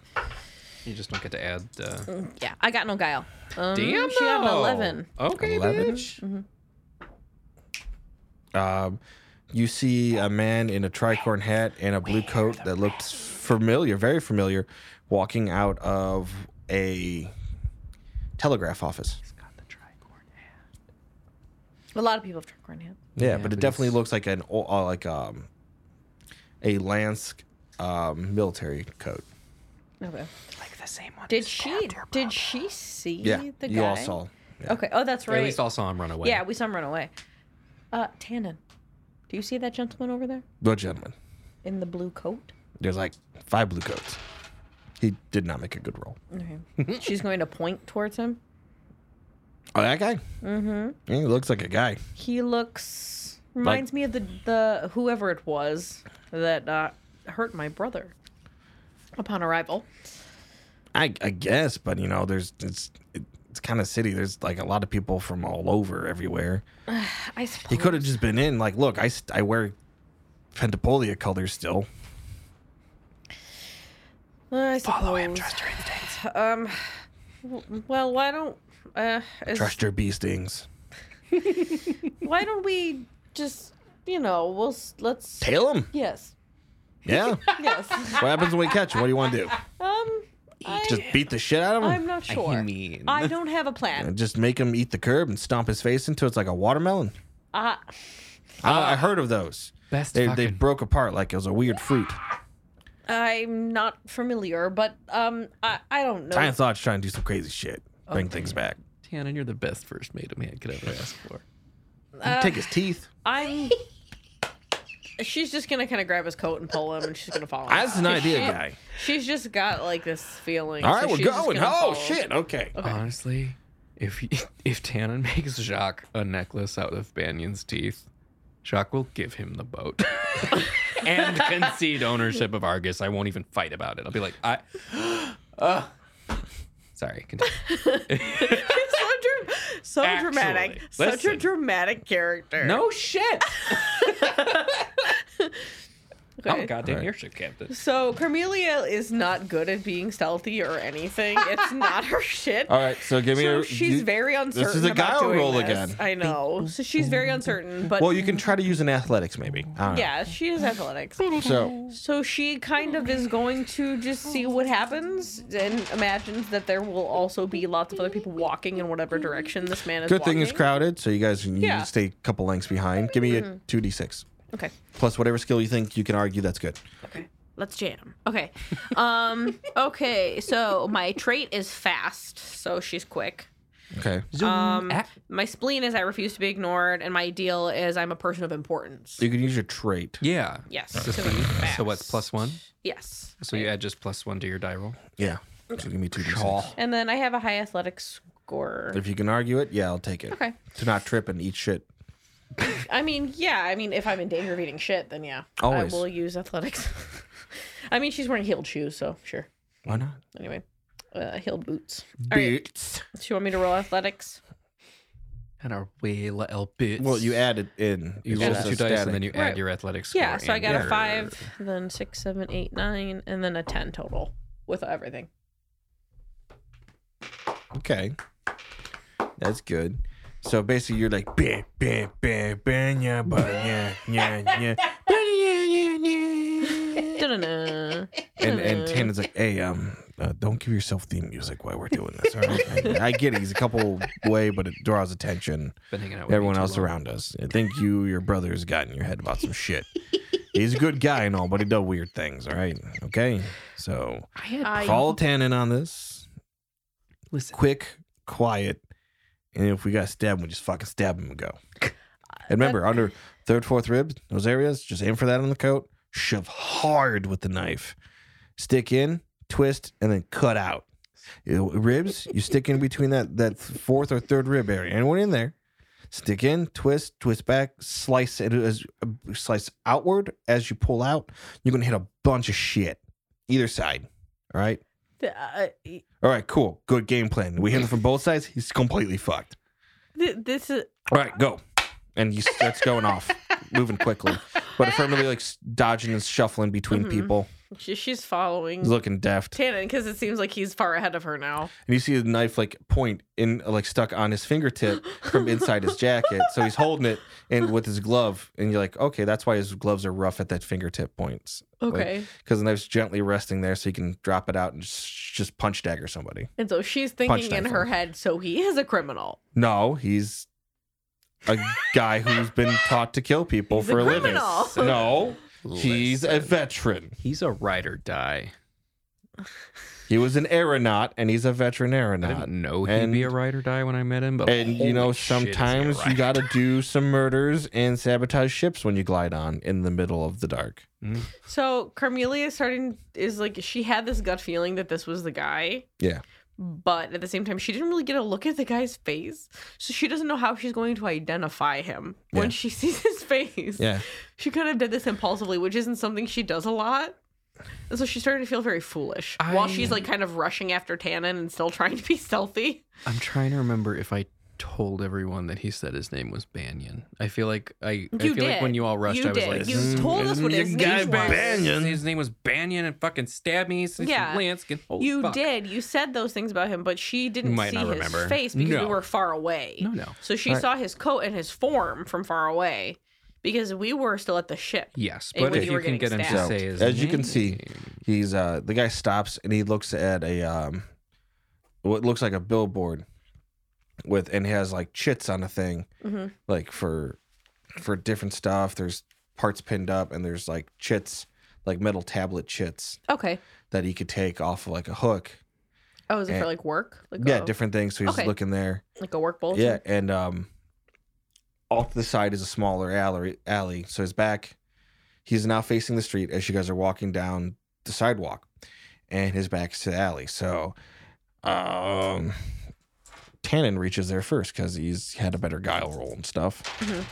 You just don't get to add. Uh... Yeah, I got no guile. Um, Damn, Mm-hmm. She got an no. eleven. Okay, 11? bitch. Um, you see a man in a tricorn hat and a blue coat that looks familiar, very familiar, walking out of a telegraph office. A lot of people have trick hand. Yeah, Yeah, but, but it definitely looks like an o- uh, like um a Lansk um, military coat. Okay. Like the same one. Did she? Did she see Yeah, the guy? you all saw. Yeah. Okay. Oh, that's Or right. at least I saw him run away. yeah, we saw him run away. Uh, Tannen, do you see that gentleman over there The gentleman. in the blue coat? There's like five blue coats. He did not make a good roll. Okay. She's going to point towards him. Oh, that guy. Mm-hmm. He looks like a guy. He looks reminds me of the the whoever it was that uh, hurt my brother upon arrival. I, I guess, but you know, there's it's it's kind of city. There's like a lot of people from all over everywhere. I He suppose. could have just been in like, look, I, st- I wear Pentapolia colors still. I suppose. Follow him. Trust your instincts. Um. w- Well, why don't uh? Is, Trust your bee stings. Why don't we just you know we'll s- let's Tail him. yes Yeah. yes what happens when we catch him? What do you want to do? um I, Just beat the shit out of him. I'm not sure. I, mean- don't have a plan. and just make him eat the curb and stomp his face into it. it's like a watermelon. Uh, I, I heard of those. Best They, fucking. they broke apart like it was a weird fruit. I'm not familiar, but um I I don't know. Time Thought's trying to do some crazy shit. Bring things back. Tannen, you're the best first mate a man could ever ask for. Take his teeth. I'm. She's just gonna kind of grab his coat and pull him, and she's gonna follow. him. That's an idea, She- guy. She's just got like this feeling. All right, so we're she's just going. gonna Oh follow. shit. Okay. Honestly, if he- if Tannen makes Jacques a necklace out of Banyan's teeth, Jacques will give him the boat and concede ownership of Argus. I won't even fight about it. I'll be like, I. Uh, sorry. continue. so dra- so Actually, dramatic, such a listen. dramatic character. No shit. Oh, I'm Okay. a Oh, goddamn Right. airship captain. So Carmelia is not good at being stealthy or anything. It's not her shit. All right. So give me. So a, she's Uh, you- very uncertain. This is a guile about doing roll this. again. I know. So she's very uncertain, but Well, you can try to use an athletics maybe. I don't know. yeah, she is athletics. So So she kind of is going to just see what happens and imagines that there will also be lots of other people walking in whatever direction this man is good thing it's walking. crowded, so you guys can you Yeah. Mm-hmm. stay a couple lengths behind. Give me a two d six Okay. plus whatever skill you think you can argue that's good. Okay. Let's jam. Okay. Um okay, so my trait is fast, so she's quick. Okay. Um my spleen is I refuse to be ignored and my ideal is I'm a person of importance. You can use your trait. yeah. Yes. So, so I'm fast. so what's plus one? Yes. So you add just plus one to your die roll. Yeah. So give me two d six. Cool. And then I have a high athletic score. If you can argue it, yeah, I'll take it. Okay. To not trip and eat shit. I mean, yeah. I mean, if I'm in danger of eating shit, then yeah, Always. I will use athletics. I mean, she's wearing heeled shoes, so sure. Why not? Anyway, uh, heeled boots. All right. Boots. Do you want me to roll athletics? And our way little bit. Well, you add it in. You It's roll just two a dice static. and then you add Right. your athletics. Yeah. So I got a five, then six, seven, eight, nine, and then a ten total with everything. Okay. That's good. So basically, you're like, bah, bah, bah, bah, yeah, bah, yeah, yeah, yeah, bah, yeah, yeah, yeah. Da-da-da. And and Tana's like, hey, um, uh, don't give yourself theme music while we're doing this. All right? I, I get it. He's a couple way, but it draws attention. Been hanging out with me Everyone too else long. around us. I think you, your brother, has got in your head about some shit. He's a good guy and all, but he does weird things. All right, okay. So I had I- follow Tannen on this listen. quick, quiet, and if we got stabbed, we just fucking stab him and go. And remember, under third, fourth ribs, those areas, just aim for that on the coat. Shove hard with the knife. Stick in, twist, and then cut out. You know, ribs, you stick in between that that fourth or third rib area. Anyone in there? Stick in, twist, twist back, slice it as slice outward as you pull out. You're gonna hit a bunch of shit either side. All right. Th- uh, th- All right. Cool. Good game plan. We hit him from both sides. He's completely fucked. this is All right, go. And he starts going off, moving quickly, but affirmatively like s- dodging and shuffling between Mhm. people. she, she's following He's looking deft, Tannen because it seems like he's far ahead of her now. and you see the knife like point in like stuck on his fingertip from inside his jacket. So he's holding it and with his glove, and you're like, okay, that's why his gloves are rough at that fingertip points Okay. because the knife's gently resting there, so he can drop it out and just, just punch dagger somebody. and so she's Punch thinking in knife her him. head, so he is a criminal. No, he's a guy who's been taught to kill people He's a for a, criminal. living. No, he's a veteran. He's a ride or die. He was an aeronaut, and he's a veteran I aeronaut. didn't know he'd be a ride or die when I met him, but And you know, holy shit, is he a sometimes you ride- got to do some murders and sabotage ships when you glide on in the middle of the dark. So Carmelia is starting is like she had this gut feeling that this was the guy. Yeah. But at the same time, she didn't really get a look at the guy's face. So she doesn't know how she's going to identify him Yeah. when she sees his face. Yeah, She kind of did this impulsively, which isn't something she does a lot. And so she's starting to feel very foolish while I- she's like kind of rushing after Tannen and still trying to be stealthy. I'm trying to remember if I told everyone that he said his name was Banyan. I feel like I, I You feel like when did. you all rushed, You I was did. like, You "Mm, told us what mm, his you name guys was. back- Banyan. His name was Banyan and fucking stabbed me. Since Yeah. Lanskin. Oh, you fuck. did. You said those things about him, but she didn't might see not his remember. face because No. we were far away. No, no. So she Right. saw his coat and his form from far away because we were still at the ship. Yes, And but when if you you were can getting get him to stabbed. say his as you can see, name. he's uh the guy stops and he looks at a um what looks like a billboard with and he has like chits on a thing Mhm. like for for different stuff. There's parts pinned up and there's like chits like metal tablet chits Okay. that he could take off of like a hook. Oh, is it And- for like work? Like Yeah, a, different things. So he's Okay. looking there. Like a work bulletin. Yeah, and um, off to the side is a smaller alley. Alley, so his back, he's now facing the street as you guys are walking down the sidewalk, and his back is to the alley. So, um, Tannen reaches there first because he's had a better guile roll and stuff. Mhm.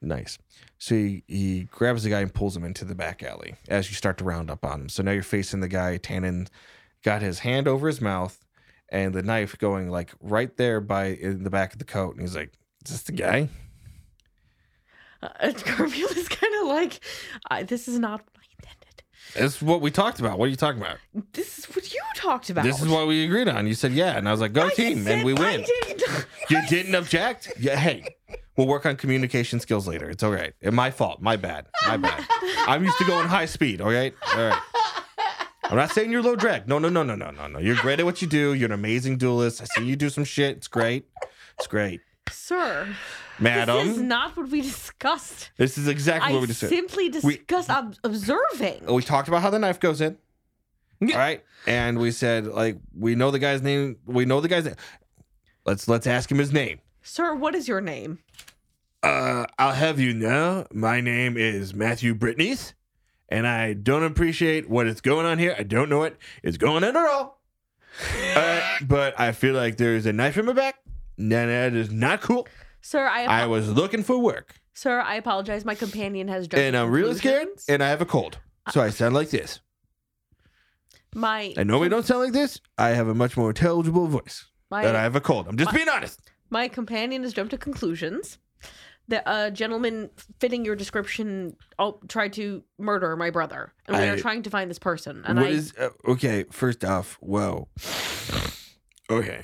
Nice. So he, he grabs the guy and pulls him into the back alley as you start to round up on him. So now you're facing the guy. Tannen got his hand over his mouth and the knife going like right there by in the back of the coat. And he's like, Is this the guy? Uh, and Garfield is kind of like, I, this is not what I intended. That's what we talked about. What are you talking about? This is what you talked about. This is what we agreed on. You said, Yeah. And I was like, Go I team. said And we I win. didn't- You didn't object? Yeah. Hey, we'll work on communication skills later. It's all right. My fault. My bad. My bad. I'm used to going high speed. All right. All right. I'm not saying you're low drag. No, no, no, no, no, no, no. You're great at what you do. You're an amazing duelist. I see you do some shit. It's great. It's great. Sir, Madam, this is not what we discussed. exactly what I we just said. simply We- Oh. discussed ob- observing. We talked about how the knife goes in. Yeah. All right. And we said, like, we know the guy's name. We know the guy's name. Let's let's ask him his name. Sir, what is your name? Uh, I'll have you know, my name is Matthew Brittany's, and I don't appreciate what is going on here. I don't know what is going on at all. Uh, but I feel like there's a knife in my back. No, that is not cool. Sir, I, apo- I was looking for work, sir, I apologize. My companion has jumped. and I'm really scared, and I have a cold, so I sound like this. My I normally don't sound like this. I have a much more intelligible voice, my and I have a cold. I'm just being honest. My companion has jumped to conclusions. The uh, gentleman fitting your description oh, tried to murder my brother, and we I- are trying to find this person. And What I, is uh, okay? First off, whoa. Okay.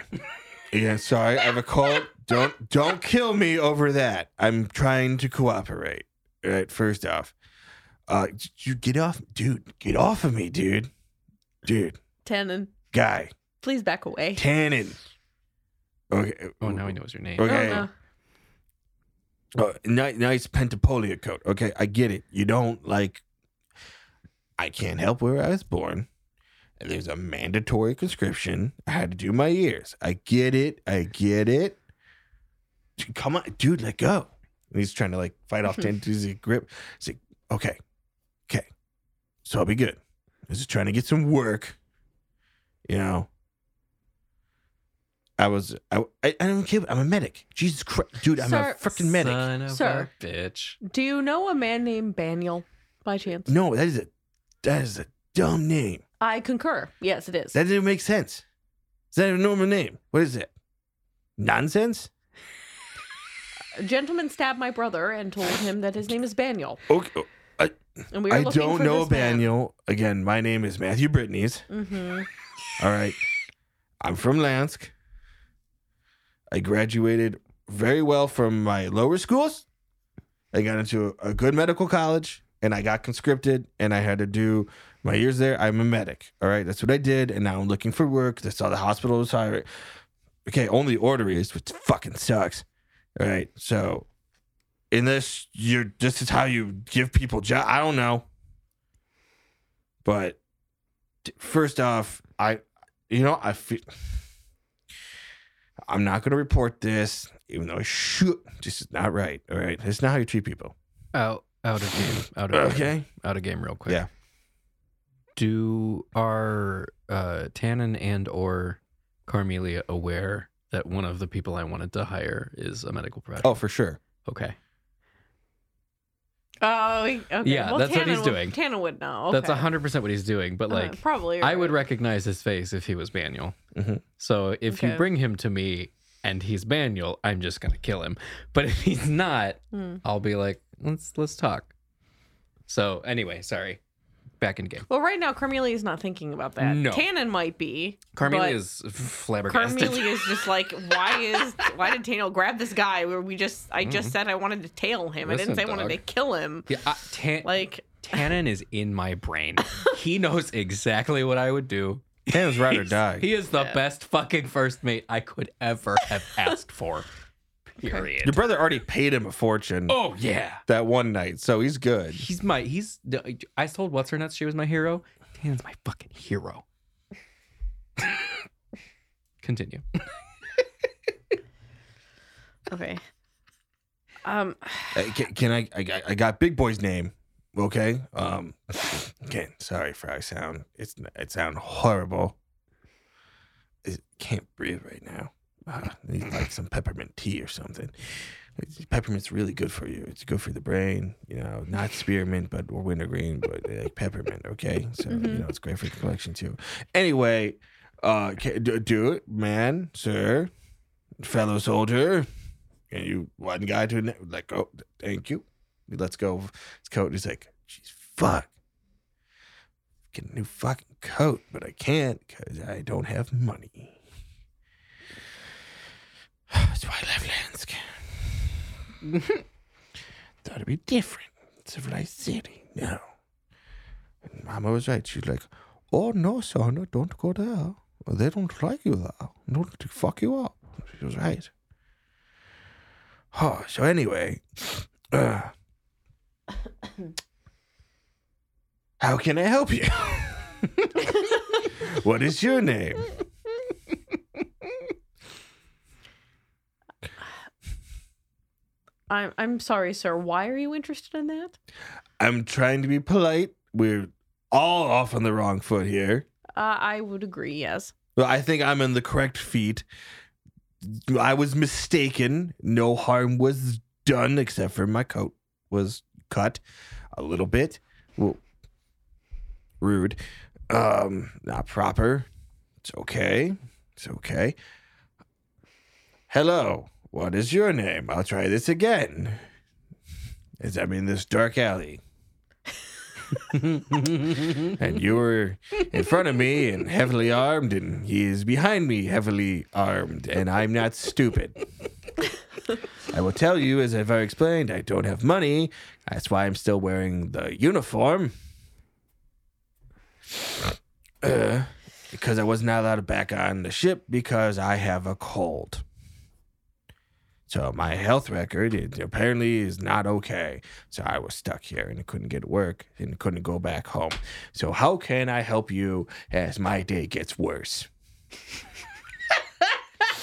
Yeah, sorry. I have a cold. Don't don't kill me over that. I'm trying to cooperate. All right. First off, uh, j- you get off, dude. Get off of me, dude. Dude, Tannen, guy, please back away. Tannen. Okay. Oh, now he knows your name. Oh, Okay. no. Uh, ni- nice pentapolia coat. Okay, I get it. You don't like. I can't help where I was born. There's a mandatory conscription. I had to do my years. I get it. I get it. Dude, Come on, dude, let go. And he's trying to like fight off Tantu's grip. He's like, okay, okay, so I'll be good. was just trying to get some work. You know, I was I I, I don't care. I'm a medic. Jesus Christ, dude, I'm Sir- a freaking medic. Son of Sir. a bitch. Do you know a man named Baniel by chance? No, that is a that is a dumb name. I concur. Yes, it is. That didn't make sense. It's not even a normal name. What is it? Nonsense. a gentleman stabbed my brother and told him that his name is Baniel. Okay. And we were I looking don't for know this man. Baniel. Again, my name is Matthew Brittany's. Mhm. All right. I'm from Lansk. I graduated very well from my lower schools. I got into a, a good medical college and I got conscripted and I had to do my years there. I'm a medic. All right. That's what I did. And now I'm looking for work. That's all the hospital was hiring. Okay. Only orderlies, which fucking sucks. All right. So, unless you're, this is how you give people job. I don't know. But first off, I, you know, I feel I'm not going to report this, even though I should. This is not right. All right, this is not how you treat people. Out out of game. Out of game. Okay, Out of game real quick. Yeah. Do are uh Tannen and or Carmelia aware that one of the people I wanted to hire is a medical professional? oh for sure. Okay. Oh, he- okay. Yeah, well, that's what Tannen he's would- doing. Tannen would know. That's Okay. hundred percent what he's doing, but Uh, like probably. I would right. recognize his face if he was Manuel. Mhm. So if you Okay. bring him to me and he's Manuel, I'm just gonna kill him. But if he's not, Hmm. I'll be like, let's let's talk. So anyway, sorry. Back in game. Well, right now Carmelia is not thinking about that. No. Tannen might be. Carmelia but- is flabbergasted. Carmelia is just like, why is why did Taino grab this guy? Where we just I just said I wanted to tail him. I Mm-hmm. Listen, didn't say I wanted to dog. kill him. yeah, I- Tan- Like Tannen is in my brain. he knows exactly what I would do. That was ride or die. He is the Yeah. best fucking first mate I could ever have asked for. Period. Your brother already paid him a fortune Oh yeah. that one night, so he's good. He's my he's I told what's her nuts she was my hero. Tan's my fucking hero. Continue. okay. Um Uh, can, can I, I? got- I got Big Boy's name. Okay. Um. Again, sorry for how I sound. It's it sound horrible. I can't breathe right now. Uh, need like some peppermint tea or something. It's- Peppermint's really good for you. It's good for the brain. You know, not spearmint, but or wintergreen, but uh, like peppermint. Okay, so you Mhm. know it's great for your complexion too. Anyway, uh, ca- do, do it, man, sir, fellow soldier. Can you one guy to ne- let go? Thank you. Let's go. His coat. He's like, jeez, fuck get a new fucking coat, but I can't because I don't have money. That's why I left Lansk. Thought it'd be different. Civilized city. No. And Mama was right. She's like, oh no, son, don't go there. They don't like you there. Don't fuck you up. She was right. Oh, so anyway, uh, how can I help you? what is your name? I'm I'm sorry, sir. Why are you interested in that? I'm trying to be polite. We're all off on the wrong foot here. Uh, I would agree, yes. Well, I think I'm in the correct feet. I was mistaken. No harm was done except for my coat was cut a little bit. Well, rude. Um, not proper. It's okay. It's okay. Hello. What is your name? I'll try this again. Is I'm in this dark alley and you were in front of me and heavily armed, and he is behind me heavily armed, and I'm not stupid. I will tell you, as I've already explained, I don't have money. That's why I'm still wearing the uniform. Uh, because I was not allowed to back on the ship because I have a cold. So my health record it apparently is not okay. So I was stuck here and couldn't get work and couldn't go back home. So how can I help you as my day gets worse?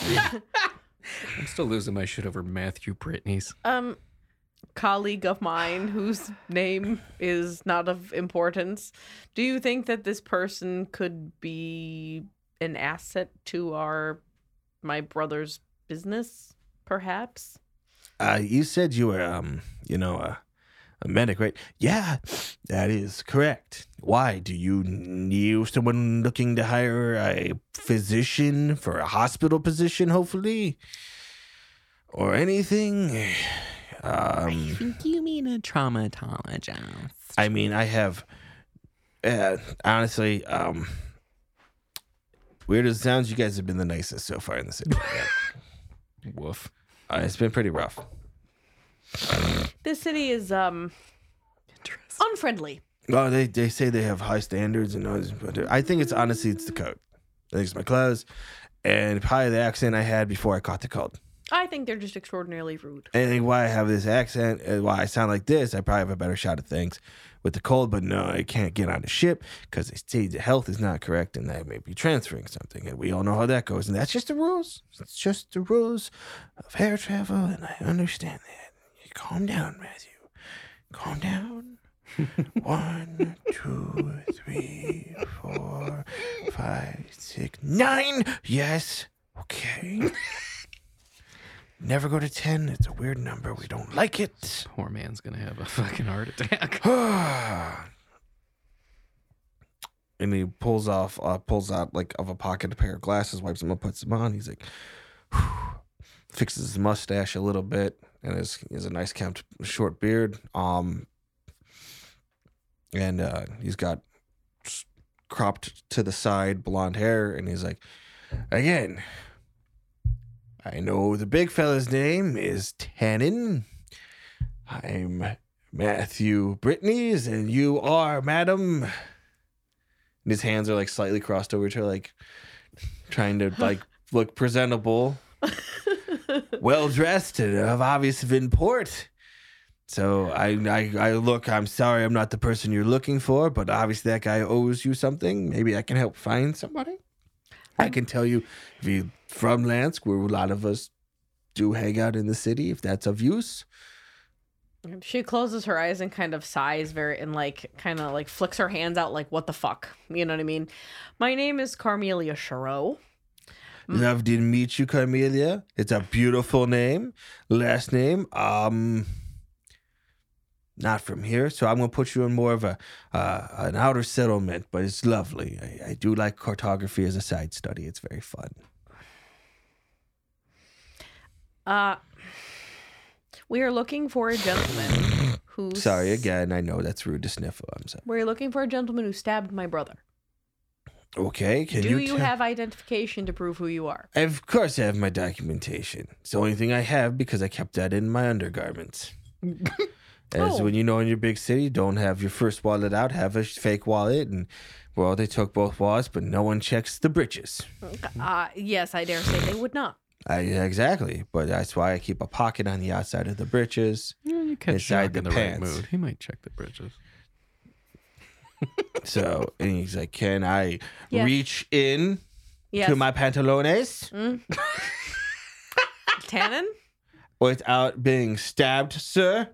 I'm still losing my shit over Matthew Brittany's. Um colleague of mine whose name is not of importance. Do you think that this person could be an asset to our my brother's business, perhaps? Uh, you said you were, um, you know, a, a medic, right? Yeah, that is correct. Why do you knew someone looking to hire a physician for a hospital position, hopefully, or anything? Um, think you mean a traumatologist. I mean, I have, uh, honestly, um, weird as it sounds, you guys have been the nicest so far in the city. Woof. uh, it's been pretty rough. This city is um unfriendly. Well, they, they say they have high standards and all this, but I think it's honestly it's the coat. I think it's my clothes, and probably the accent I had before I caught the cold. I think they're just extraordinarily rude. And I think why I have this accent and why I sound like this, I probably have a better shot at things with the cold. But no, I can't get on the ship because they say the health is not correct, and I may be transferring something, and we all know how that goes. And that's just the rules. It's just the rules of air travel, and I understand that. You calm down, Matthew. Calm down. One, two, three, four, five, six, nine. Yes. Okay. Never go to 10. It's a weird number. We don't like it. Poor man's gonna have a fucking heart attack. and he pulls off, uh, pulls out like of a pocket a pair of glasses, wipes them up, puts them on. He's like, fixes his mustache a little bit, and his he has a nice kept short beard. Um, and uh, he's got s- cropped to the side blonde hair, and he's like, again, I know the big fella's name is Tannen. I'm Matthew Brittany's, and you are Madam. And his hands are like slightly crossed over to her, like trying to like look presentable, well dressed, and of obvious of import. So I, I, I look. I'm sorry, I'm not the person you're looking for, but obviously that guy owes you something. Maybe I can help find somebody. I can tell you if you're from Lansk, where a lot of us do hang out in the city, if that's of use. She closes her eyes and kind of sighs very and like kind of like flicks her hands out like what the fuck. You know what I mean? My name is Carmelia Chereau. Mm. Love to meet you, Carmelia. It's a beautiful name. Last name, um, not from here. So I'm gonna put you in more of a uh, an outer settlement, but it's lovely. I, I do like cartography as a side study. It's very fun. Uh we are looking for a gentleman who Sorry again. I know that's rude to sniffle. I'm sorry. We're looking for a gentleman who stabbed my brother. Okay, can Do you? you, tell- have identification to prove who you are? Of course, I have my documentation. It's the only thing I have because I kept that in my undergarments. As Oh. when you know in your big city, don't have your first wallet out, have a sh- fake wallet, and well, they took both wallets, but no one checks the britches. Uh yes, I dare say they would not. I, exactly, but that's why I keep a pocket on the outside of the britches. Yeah, you catch Inside Jacques in the the pants. right mood. He might check the bridges. So, and he's like, "Can I Yes. reach in Yes. Mm. to my pantalones Tannen? without being stabbed, sir?"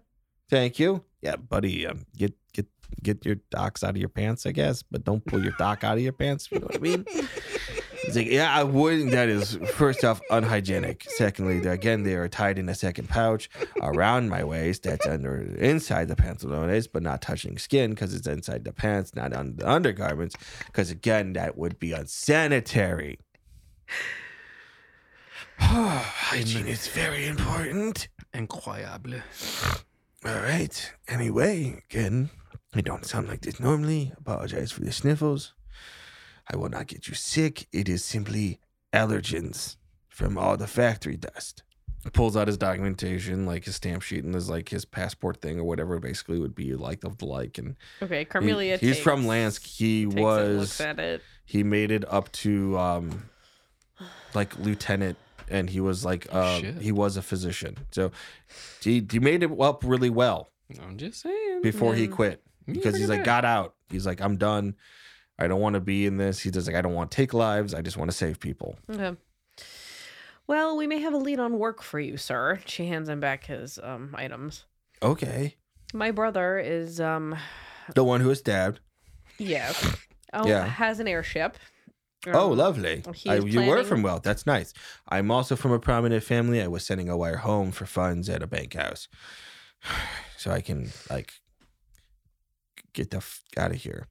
Thank you. Yeah, buddy, um, get get get your docs out of your pants, I guess, but don't pull your doc out of your pants. You know what I mean? It's like, yeah, I wouldn't. That is, first off, unhygienic. Secondly, they're, again, they are tied in a second pouch around my waist. That's under inside the pantalones, but not touching skin because it's inside the pants, not on the undergarments. Because again, that would be unsanitary. Hygiene is very important. Incroyable. All right. Anyway, again, I don't sound like this normally. Apologize for the sniffles. I will not get you sick. It is simply allergens from all the factory dust. Pulls out his documentation, like his stamp sheet and his like his passport thing or whatever basically would be like of the like and Okay, he- Carmelia he's takes- from Lansk. He takes it, was looks at it. he made it up to um like lieutenant and he was like uh Shit. he was a physician. So he, he made it up really well I'm just saying. before he Mm. quit because he's like got out. He's like I'm done. I don't want to be in this. He just like I don't want to take lives. I just want to save people. Okay. Well, we may have a lead on work for you, sir. She hands him back his um items. Okay. My brother is um The one who was stabbed. yeah. Oh, Yeah. has an airship. Oh, Um, lovely. he I- is you were planning- from wealth. That's nice. I'm also from a prominent family. I was sending a wire home for funds at a bank house. So I can, like, get the f- out of here.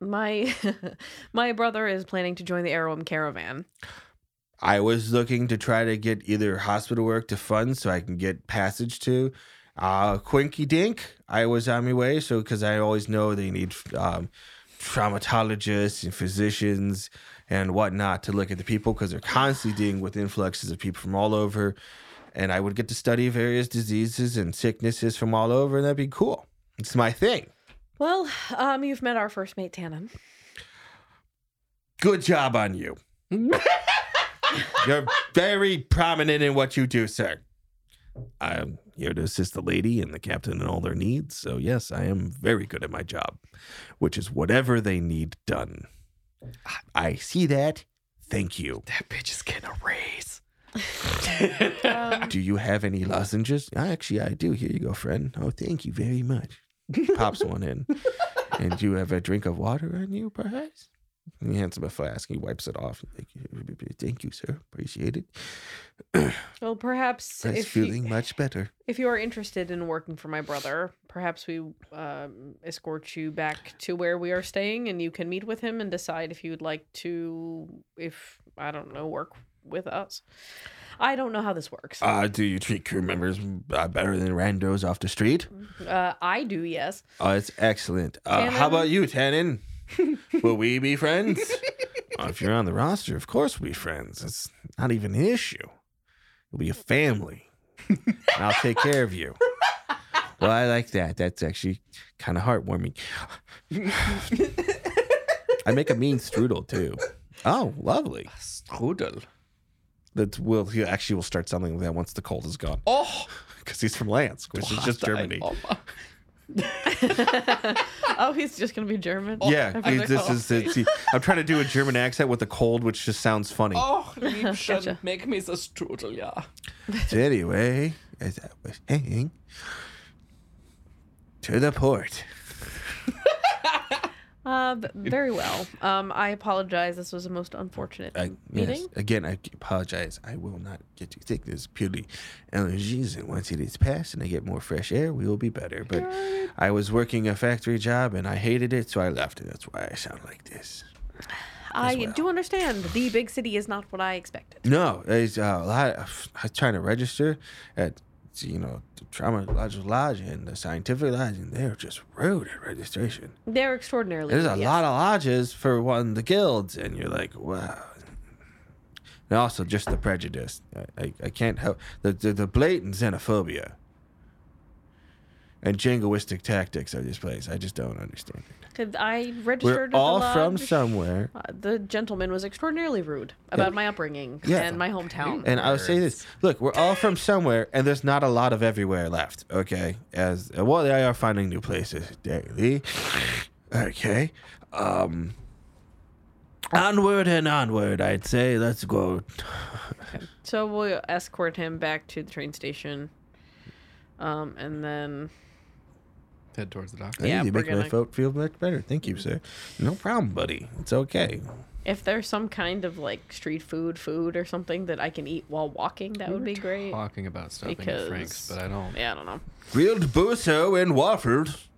My my brother is planning to join the Arum caravan. I was looking to try to get either hospital work to funds so I can get passage to uh, Quinky Dink. I was on my way, so because I always know they need um, traumatologists and physicians and whatnot to look at the people because they're constantly dealing with influxes of people from all over. And I would get to study various diseases and sicknesses from all over, and that'd be cool. It's my thing. Well, um, you've met our first mate Tannen. Good job on you. You're very prominent in what you do, sir. I'm here to assist the lady and the captain in all their needs. So, yes, I am very good at my job, which is whatever they need done. I see that. Thank you. That bitch is getting a raise. Um, Do you have any lozenges? "Ah, Actually, I do. Here you go, friend. Oh, thank you very much. Pops one in. And do you have a drink of water on you, perhaps? And he hands him a flask. He wipes it off. Thank you, thank you sir. Appreciate it. well, perhaps That's if feeling you, much better. if you are interested in working for my brother, perhaps we um, escort you back to where we are staying, and you can meet with him and decide if you'd like to, if I don't know, work with us. I don't know how this works. Uh, do you treat crew members uh, better than randos off the street? Uh, I do, yes. Oh, it's excellent. Uh, how Tannen? about you, Tannen? Will we be friends? Uh, if you're on the roster, of course we'll be friends. It's not even an issue. We'll be a family. and I'll take care of you. Well, I like that. That's actually kind of heartwarming. I make a mean strudel too. Oh, lovely. Strudel. That will he actually will start something like that once the cold is gone. Oh, because he's from Lance, which is just Germany. oh, he's just gonna be German. Yeah, I he's- this forgot. is it's, he- I'm trying to do a German accent with a cold, which just sounds funny. Oh, Liebchen, Gotcha. make me the strudel, yeah. So anyway, as I was heading to the port, Uh, b- very well. Um, I apologize. This was a most unfortunate I, yes, meeting. again, I apologize. I will not get you sick. This is purely allergies, and once it is passed and I get more fresh air, we will be better. But I was working a factory job and I hated it, so I left. And that's why I sound like this. I well. do understand. The big city is not what I expected. No, it's uh, a lot. Of, I was trying to register at you know the traumatological lodge and the scientific lodge, and they're just rude at registration. They're extraordinarily. There's a yes. lot of lodges for one the guilds, and you're like, wow. And also just the prejudice. I, I, I can't help the, the the blatant xenophobia and jingoistic tactics of this place. I just don't understand it. 'Cause I We're registered. all at the from lodge. somewhere. Uh, the gentleman was extraordinarily rude about my upbringing Yeah. and my hometown. And I'll say this: Look, we're all from somewhere, and there's not a lot of everywhere left. Okay, as well, they are finding new places daily. Okay, um, onward and onward. I'd say let's go. So we'll escort him back to the train station. Um, and then Head towards the doctor. Hey, Yeah, you we're make my gonna- vote feel much better. Thank you, sir. No problem, buddy. It's okay. if there's some kind of like street food, food or something that I can eat while walking, that would be great. Talking about stuffing at Frank's, Because- but I don't. Yeah, I don't know. Grilled buso and waffles.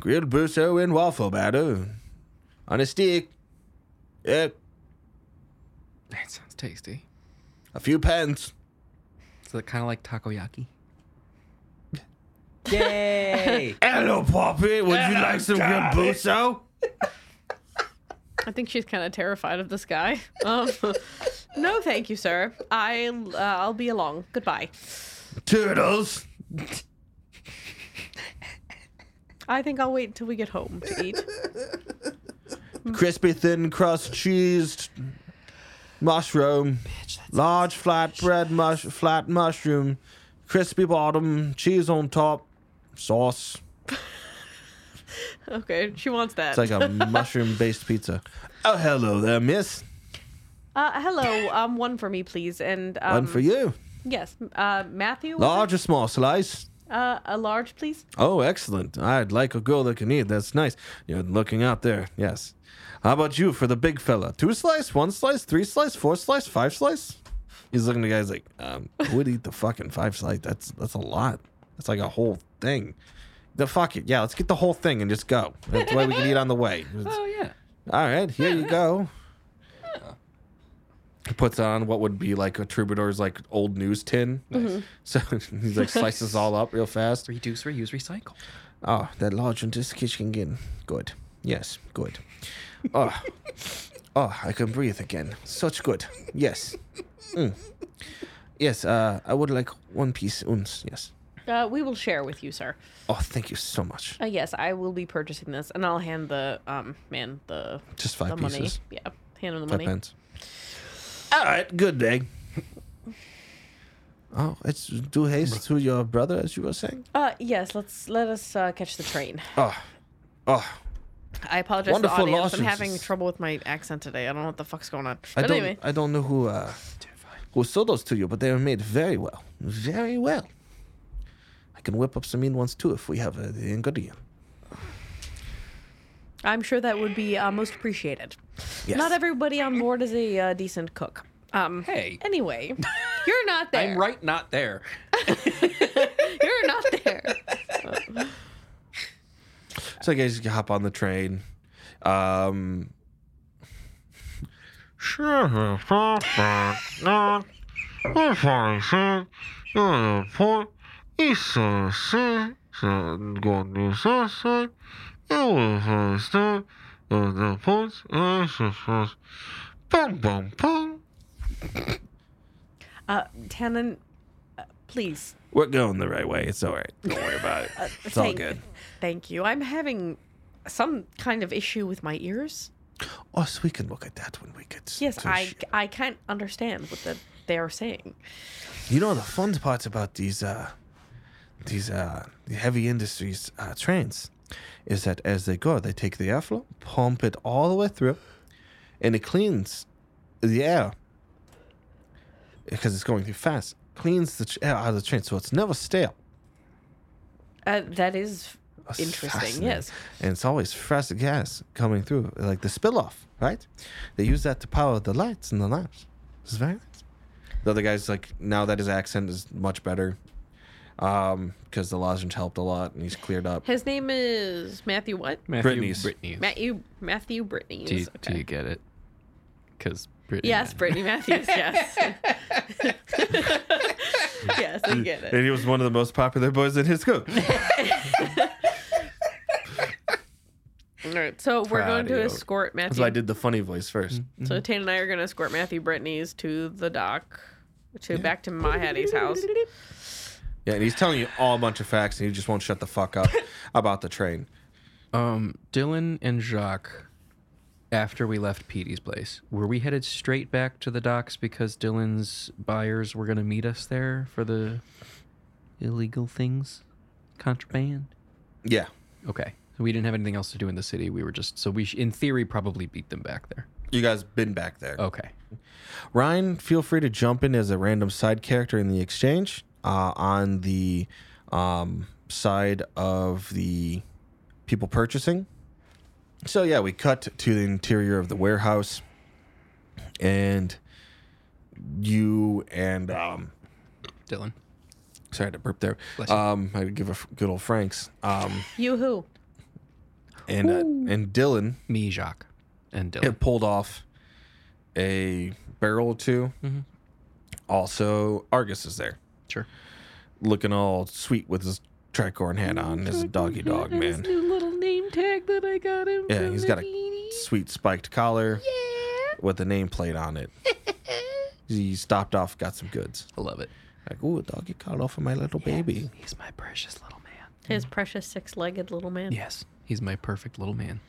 Grilled buso and waffle batter on a stick. Yep, That sounds tasty. a few pence. Is it kind of like takoyaki? Hello, Poppy. Would you like some good buso? I think she's kind of terrified of this guy. Um, no, thank you, sir. I uh, I'll be along. Goodbye. Turtles. I think I'll wait until we get home to eat. Crispy thin crust cheese. Mushroom. Large flat bread mush flat mushroom. Crispy bottom. Cheese on top. Sauce. okay, she wants that. It's like um, a mushroom based pizza. Oh hello there, miss. uh, hello, um, one for me, please, and um, One for you. Yes. Uh, Matthew. was it? Large or small slice? Uh, a large, please. Oh, excellent. I'd like a girl that can eat. That's nice. You're looking out there. Yes. How about you for the big fella? Two slice, one slice, three slice, four slice, five slice? He's looking at the guy's like, um, who would eat the fucking five slice? That's that's a lot. That's like a whole thing. The fuck it. Yeah, let's get the whole thing and just go. That's why we can eat on the way. It's- Oh yeah. all right, here you go. He puts on what would be like a troubadour's like old news tin. So he's like slices all up real fast. Reduce, reuse, recycle. Oh, that large and this kitchen again. Good. Yes, good. Oh, oh, I can breathe again. Such good. Yes. Mm. Yes. Uh, I would like one piece uns. Yes. Uh, we will share with you, sir. Oh, thank you so much. Uh, yes, I will be purchasing this, and I'll hand the um man the Just five the money. pieces. Yeah, hand him the Five money. pence. All right, good day. Oh, it's do haste to your brother, as you were saying. Uh, yes, let's let us uh, catch the train. Oh, oh, I apologize Wonderful to the audience. I'm lawsuits. having trouble with my accent today. I don't know what the fuck's going on. I But don't, anyway, I don't know who uh, who sold those to you, but they were made very well, very well. I can whip up some mean ones too if we have uh, the ingredient. I'm sure that would be uh, most appreciated. Yes. Not everybody on board is a uh, decent cook. Um, Hey. Anyway, you're not there. I'm right not there. You're not there. So you guys can hop on the train. Um, Uh, Tannen, uh, please. we're going the right way. It's all right. Don't worry about it. It's all Uh, thank- good. Thank you. I'm having some kind of issue with my ears. Oh, so we can look at that when we get. Yes, to I Sh- I can't understand what the, they are saying. You know the fun part about these uh these uh heavy industries uh, trains is that as they go, they take the airflow, pump it all the way through, and it cleans the air because it's going through fast. Cleans the tr- air out of the train, so it's never stale. Uh, that is That's interesting. fascinating. Yes. and it's always fresh gas coming through, like the spill off, right? They use that to power the lights and the lamps. It's very nice. The other guy's like, now that his accent is much better, um, because the lozenge helped a lot and he's cleared up. His name is Matthew. What? Matthew Britney's. Britney's. Matthew Matthew Brittany. do, you, do you get it? Because Britney. Yes, Brittany Matthews. Yes. yes, I get it. he was one of the most popular boys in his group. All right, so we're going to Proud of you. escort Matthew. so I did the funny voice 1st So Tane and I are going to escort Matthew Brittany's to the dock, to back to my Hattie's house. Yeah, and he's telling you all a bunch of facts and you just won't shut the fuck up about the train. Um, Dylan and Jacques, after we left Petey's place, were we headed straight back to the docks because Dylan's buyers were going to meet us there for the illegal things, contraband? Yeah. Okay, so we didn't have anything else to do in the city. We were just so we, sh- in theory, probably beat them back there. You guys been back there. Okay, Ryan, feel free to jump in as a random side character in the exchange uh, on the um, side of the people purchasing. So yeah, we cut to the interior of the warehouse, and you and um, Dylan. sorry I had to burp there. Bless you. Um, I had to give a f- good old Franks. Um, You who? and uh, and Dylan me, Jacques, and Dylan. it pulled off a barrel or 2 Mhm. Also, Argus is there. Sure. looking all sweet with his tricorn hat on as a doggy dog man. little name tag that I got him. Yeah, he's got a sweet spiked collar with a nameplate on it. he stopped off, got some goods. I love it. Like, ooh, a doggy collar for my little baby. He's my precious little man. His precious six-legged little man. Yes, he's my perfect little man.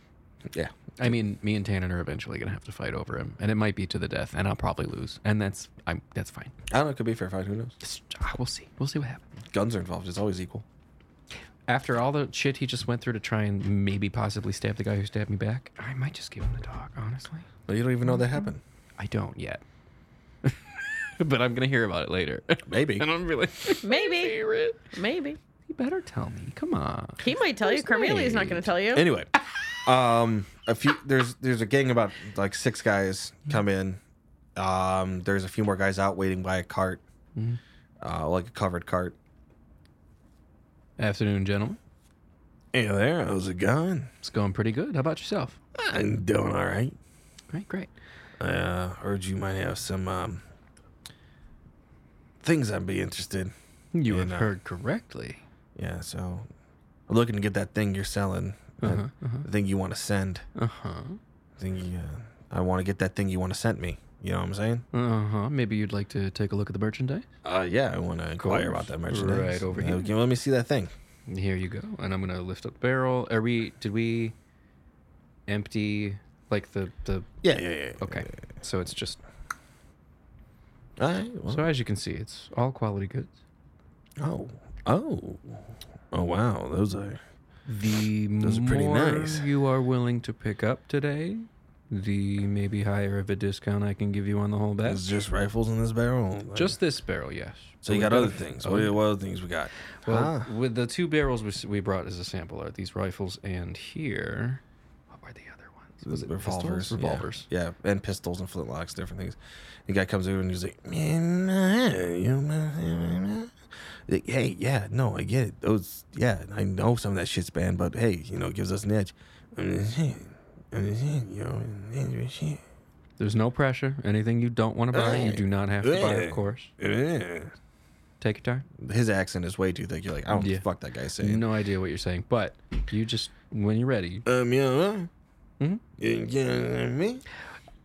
Yeah. I mean, me and Tannen are eventually gonna have to fight over him, and it might be to the death, and I'll probably lose, and that's I'm that's fine. I don't know, it could be a fair fight, who knows? It's- ah, we'll see. We'll see what happens. Guns are involved, it's always equal. After all the shit he just went through to try and maybe possibly stab the guy who stabbed me back, I might just give him the dog. Honestly, Mm-hmm. But you don't even know that happened. I don't yet. but I'm gonna hear about it later. Maybe. and I'm really Maybe. hear it. Maybe. You better tell me. Come on. He might tell you. Cornelia's not going to tell you. Anyway, Um, a few there's there's a gang about like six guys come in. Um, there's a few more guys out waiting by a cart, uh, like a covered cart. Afternoon, gentlemen. Hey there, how's it going? It's going pretty good. How about yourself? I'm doing all right. Great, great. I uh, heard you might have some um things I'd be interested. You Yeah, have no. heard correctly. Yeah, so I'm looking to get that thing you're selling. that Uh-huh, uh-huh. The thing you want to send. Uh huh. Thing you, uh, I want to get that thing you want to send me. You know what I'm saying? Uh huh. Maybe you'd like to take a look at the merchandise. Uh, yeah, I want to inquire course. about that merchandise. Right over Uh, here. can you let me see that thing. Here you go. And I'm gonna lift up the barrel. Are we? Did we empty like the the? Yeah, yeah, yeah. Okay. So it's just. All right. Well, So as you can see, it's all quality goods. Oh, oh, oh! Wow, those are The Those are pretty more nice. you are willing to pick up today, the maybe higher of a discount I can give you on the whole batch. it's just rifles in this barrel. Like- Just this barrel, yes. so you We've got other things. What, Oh, what other things we got? Well, Ah. with the two barrels we, s- we brought as a sample are these rifles, and here, what were the other ones? Was it revolvers, pistols? Revolvers. Yeah. yeah, and pistols and flintlocks, different things. The guy comes over and he's like, "Man, uh, you, uh, uh, uh." Like, "Hey, yeah, no, I get it. Those, yeah, I know some of that shit's banned, but hey, you know, it gives us an edge." I'm just saying, I'm just saying, you know, I'm just saying. There's no pressure. Anything you don't want to buy, you Right. do not have to buy, Yeah. of course. Uh. Take your time. His accent is way too thick. You're like, I don't know Yeah. what the fuck that guy's saying. No idea what you're saying, but you just, when you're ready, Um, yeah, uh, Mhm. you get what I mean?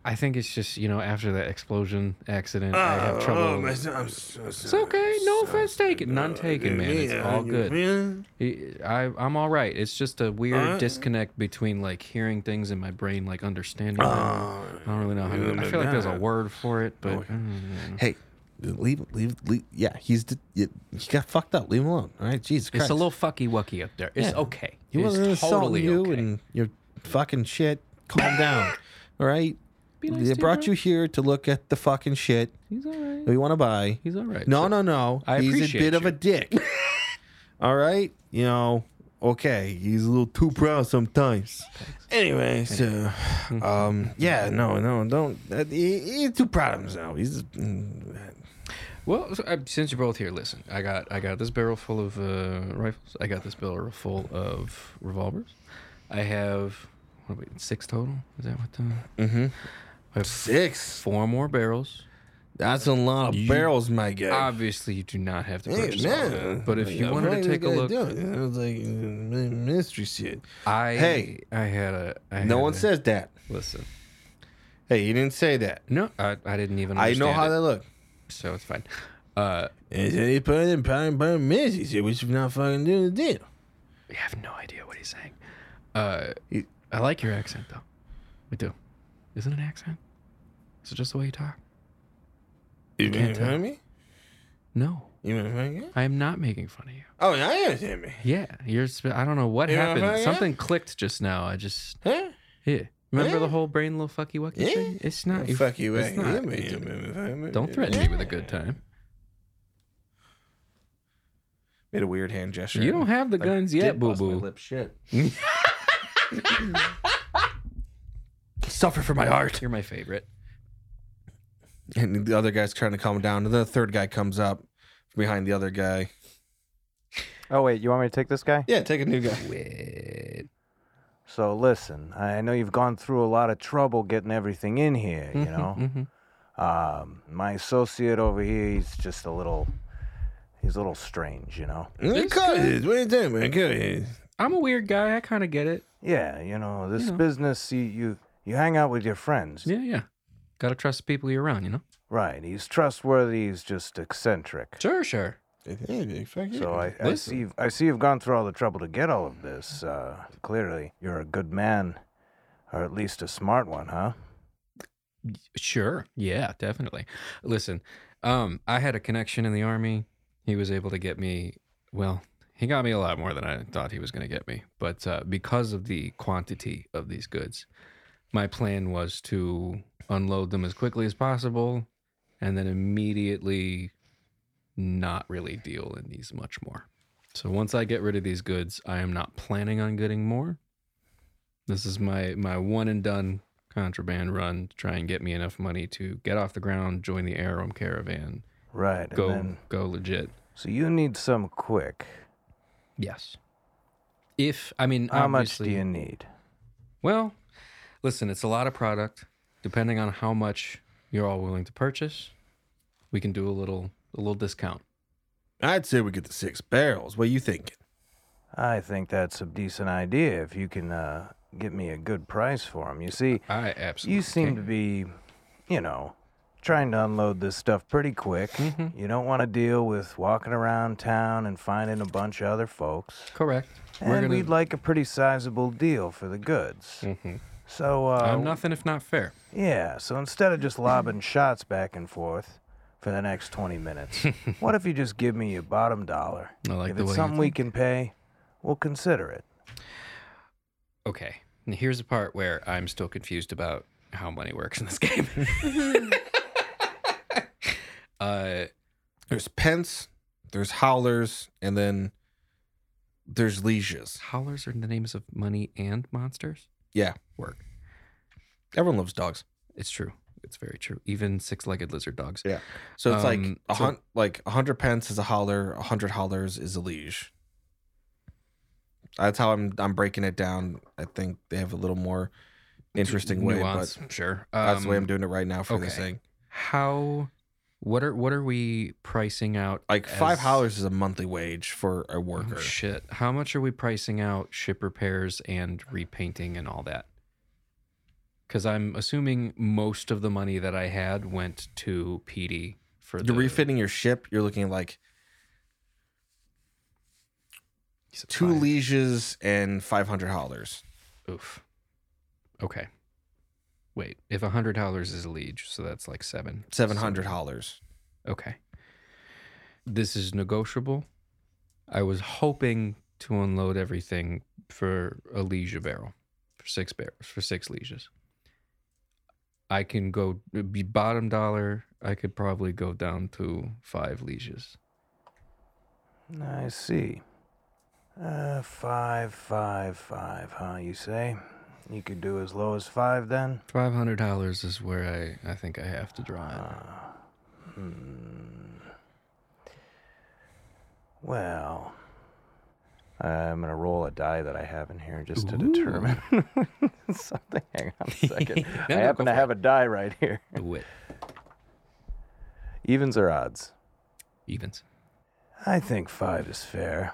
I think it's just, you know, after that explosion accident, I have trouble. Oh, my, I'm so It's okay. No offense taken. None taken, man. It's all good. good. I, I'm all right. It's just a weird Alright. disconnect between like hearing things in my brain, like understanding. them. Oh. Uh, I don't really know how. To, I feel like there's a word for it, but mm, Okay. Hey, leave, leave, leave. Yeah, he's the, you, he got fucked up. Leave him alone. All right, Jesus Christ. it's a little fucky wucky up there. It's Yeah. okay. He it's wasn't insulting totally you okay. and your fucking shit. Calm down. All right. Be nice they to brought him. you here to look at the fucking shit He's all right. we want to buy. He's all right. No, So- no, no. I he's a appreciate bit of a you. dick. All right, you know. Okay, he's a little too proud sometimes. Anyway, so Mm-hmm. um, yeah, no, no, don't. Uh, he, he's too proud of himself. He's mm, Well, so, uh, since you're both here, listen. I got I got this barrel full of uh, rifles. I got this barrel full of revolvers. I have what are we, six total. Is that what the? Mhm. I have six. four more barrels. That's a lot of You- barrels, my guy. Obviously, you do not have to Hey, purchase all of man. it. But if you Yeah, wanted what to are take a gonna look, do? it was like uh, mystery shit. I Hey. I had a I No had one a- says that. Listen, Hey, you didn't say that. no, I, I didn't even. I Understand know how it, that look. so it's fine. Uh, And so they put it in pound by Missy. Said we should not fucking do the deal. we have no idea what he's saying. Uh, He- I like your accent though. We do. Isn't it an accent? Is it just the way you talk? You can't can't tell. tell me. No, You know what I mean? I am not making fun of you. Oh, yeah, you understand me. Yeah, you're. Sp- I don't know what You know happened. what I mean? Something clicked just now. I just Huh? yeah. Remember Yeah. the whole brain little fucky wucky Yeah. thing? It's not. Well, fuck you, it's eh? not- Yeah, man, yeah, man, man, man, Don't man, threaten man. me with a good time. Made a weird hand gesture. You don't have the guns Did yet, boo bust my boo. lip, Shit. Suffer for my art. You're my favorite. And the other guy's trying to calm him down. And then the third guy comes up from behind the other guy. Oh wait, you want me to take this guy? Yeah, take a new guy. So listen, I know you've gone through a lot of trouble getting everything in here, you know. Mm-hmm. um, my associate over here, he's just a little he's a little strange, you know. Mm, cut it. What are you doing, man? Cut it. I'm a weird guy. I kind of get it. Yeah, you know, this know. business you, you you hang out with your friends. Yeah, yeah. Gotta trust the people you're around. You know. Right. He's trustworthy, he's just eccentric. Sure, sure. Hey, big fuck you. So I, I Listen. see you've, I see you've gone through all the trouble to get all of this. Uh, clearly, you're a good man, or at least a smart one, huh? Sure. Yeah, definitely. Listen, um, I had a connection in the army. He was able to get me. Well, he got me a lot more than I thought he was going to get me. But uh, because of the quantity of these goods, my plan was to unload them as quickly as possible and then immediately not really deal in these much more. So once I get rid of these goods, I am not planning on getting more. This is my my one and done contraband run to try and get me enough money to get off the ground, join the Arum caravan, Right. and go then- go legit. so you need some quick. Yes. If I mean How much obviously, do you need? Well, listen, it's a lot of product. Depending on how much you're all willing to purchase, we can do a little a little discount. I'd say we get the six barrels. What you thinking? I think that's a decent idea if you can uh, get me a good price for them. You see, I absolutely you seem to can. be, you know, trying to unload this stuff pretty quick. Mm-hmm. You don't want to deal with walking around town and finding a bunch of other folks. correct. And we'd like a pretty sizable deal for the goods. Mhm. So, uh, I'm nothing if not fair. yeah, so instead of just lobbing shots back and forth for the next 20 minutes, what if you just give me your bottom dollar? I like if the it's way you something we can pay, we'll consider it. Okay. And here's the part where I'm still confused about how money works in this game. uh There's pence, there's howlers, and then there's leashes. howlers are the names of money and monsters? Yeah. Work. Everyone loves dogs. It's true. It's very true. Even six-legged lizard dogs. Yeah. So it's like Um, a so- hun- like a hundred pence is a holler, a hundred hollers is a liege. That's how I'm I'm breaking it down. I think they have a little more interesting way, Nuance, but sure. that's the way Um, I'm doing it right now for this okay. thing. how what are what are we pricing out Like five as- hollers is a monthly wage for a Oh, worker. shit how much are we pricing out ship repairs and repainting and all that because i'm assuming most of the money that i had went to pd for you're the refitting your ship. You're looking at like He's at two five. lieges and five hundred hollers. oof okay wait if a hundred dollars is a liege so that's like seven Seven hundred hollers. Okay. This is negotiable. I was hoping to unload everything for a leisure barrel, for six barrels, for six leisures. I can go it'd be bottom dollar. I could probably go down to five leisures. I see. Uh, five, five, five, huh, you say? You could do as low as five then? Five hundred dollars is where I, I think I have to draw it. Well, I'm going to roll a die that I have in here just to determine something. Hang on a second. I No, no, happen go to have a die right here. Do it. Evens or odds? Evens. I think five is fair.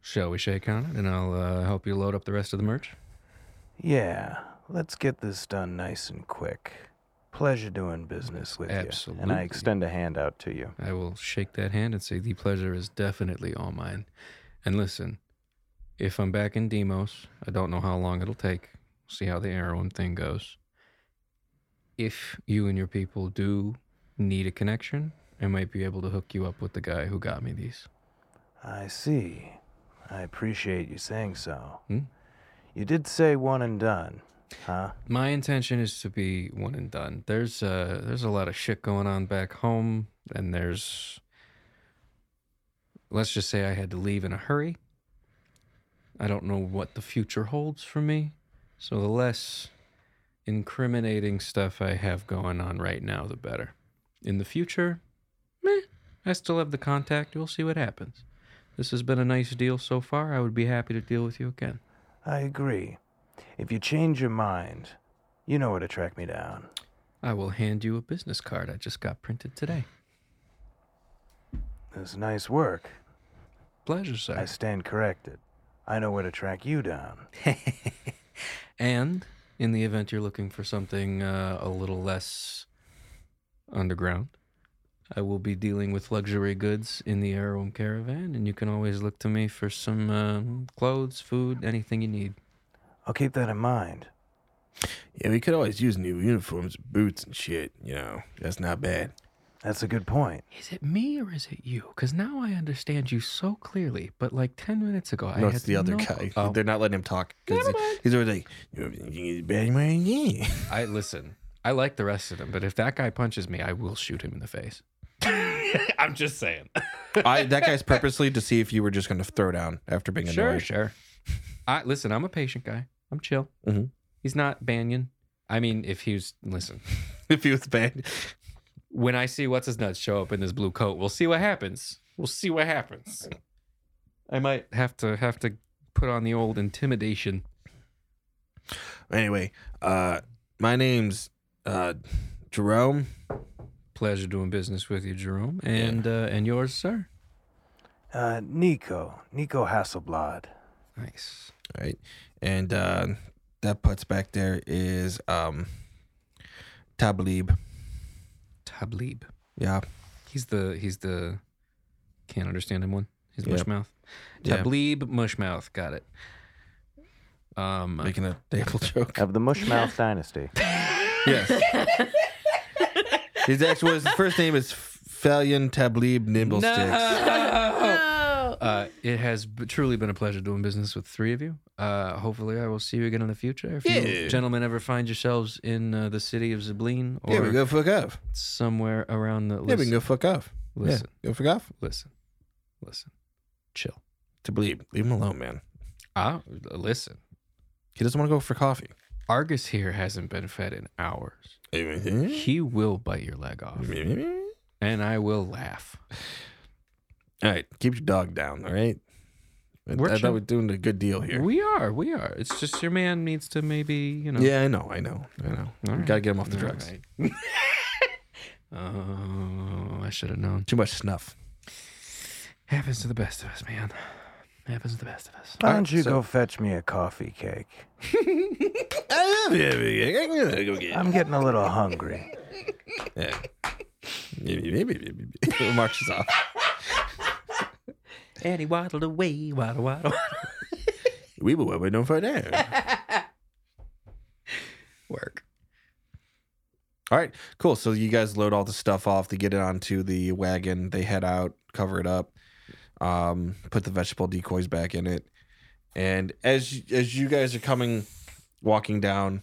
Shall we shake on it, and I'll uh, help you load up the rest of the merch. Yeah, let's get this done nice and quick. Pleasure doing business with you. And I Absolutely. extend a hand out to you. I will shake that hand and say the pleasure is definitely all mine. And listen, if I'm back in Demos, I don't know how long it'll take. See how the Arrowin thing goes. If you and your people do need a connection, I might be able to hook you up with the guy who got me these. I see. I appreciate you saying so. Hmm? You did say one and done, huh? My intention is to be one and done. There's uh there's a lot of shit going on back home and there's let's just say I had to leave in a hurry. I don't know what the future holds for me. So the less incriminating stuff I have going on right now the better. In the future, meh, I still have the contact. We'll see what happens. This has been a nice deal so far. I would be happy to deal with you again. I agree. If you change your mind, you know where to track me down. I will hand you a business card I just got printed today. It's nice work. Pleasure, sir. I stand corrected. I know where to track you down. And in the event you're looking for something uh, a little less underground, I will be dealing with luxury goods in the Arum caravan, and you can always look to me for some um, clothes, food, anything you need. I'll keep that in mind. Yeah, we could always use new uniforms, boots, and shit. You know, that's not bad. That's a good point. Is it me or is it you? Because now I understand you so clearly, but like 10 minutes ago, I no, had it's the other no guy. cl- Oh, They're not letting him talk because he's always like, "You know, he's bad man, yeah." I listen. I like the rest of them, but if that guy punches me, I will shoot him in the face. I'm just saying. I, that guy's purposely to see if you were just going to throw down after being Sure, annoyed. sure. I listen. I'm a patient guy. I'm chill. Mhm. He's not Banyan. I mean, if he's listen, If he was banned, when I see what's his nuts show up in this blue coat, we'll see what happens. We'll see what happens. I might have to have to put on the old intimidation. Anyway, uh, my name's uh, Jerome. Pleasure doing business with you, Jerome, and uh, and yours, sir. Uh, Nico, Nico Hasselblad. Nice. All right, and uh, that puts back there is um, Tablib. Tablib. Yeah, He's the he's the can't understand him one. He's Yeah. mushmouth. Yeah. Tablib mushmouth. Got it. Um, making a table joke. Of the Mushmouth Dynasty. yes. his actual his first name is Falion Tablib Nimblesticks. No. Uh, it has b- truly been a pleasure doing business with three of you. Uh, hopefully, I will see you again in the future. If you Yeah. gentlemen ever find yourselves in uh, the city of Zablin Yeah, we or go fuck off. somewhere around the Yeah, we listen, can go fuck off. listen, Yeah, go fuck off. listen, listen, chill. Tablib, leave him alone, man. Ah, listen. He doesn't want to go for coffee. Argus here hasn't been fed in hours. He will bite your leg off, All and I will laugh. right, keep your dog down. All right. I- We're I, thought chill. we were doing a good deal here. We are, we are. It's just your man needs to maybe you know. Yeah, I know, I know, I know. All We right. Gotta get him off the All drugs. right. Oh, I should have known. Too much snuff. Happens to the best of us, man. Happens to the best of us. Why don't you go fetch me a coffee cake? Ah. I'm getting a little hungry. Ah. Marches off. And he waddled away, waddle, waddle. We will wait no further. Work. All right, cool. So you guys load all the stuff off. They get it onto the wagon. They head out, cover it up, um, put the vegetable decoys back in it. And as you- as you guys are coming, walking down,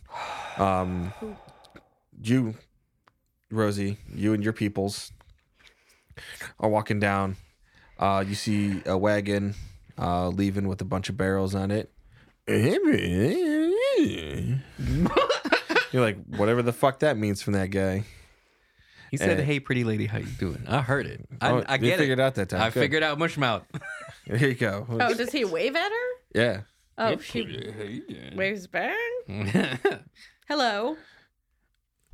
um, you, Rosie, you and your peoples are walking down. Uh, you see a wagon uh, leaving with a bunch of barrels on it. You're like, whatever the fuck that means from that guy. He said, Eh. "Hey, pretty lady, how you doing?" I heard it. I, Oh, I you get figured it. out that time. I Good. figured out mushmouth. Here you go. Oh, does he wave at her? yeah. Oh, she waves back. Come Hello.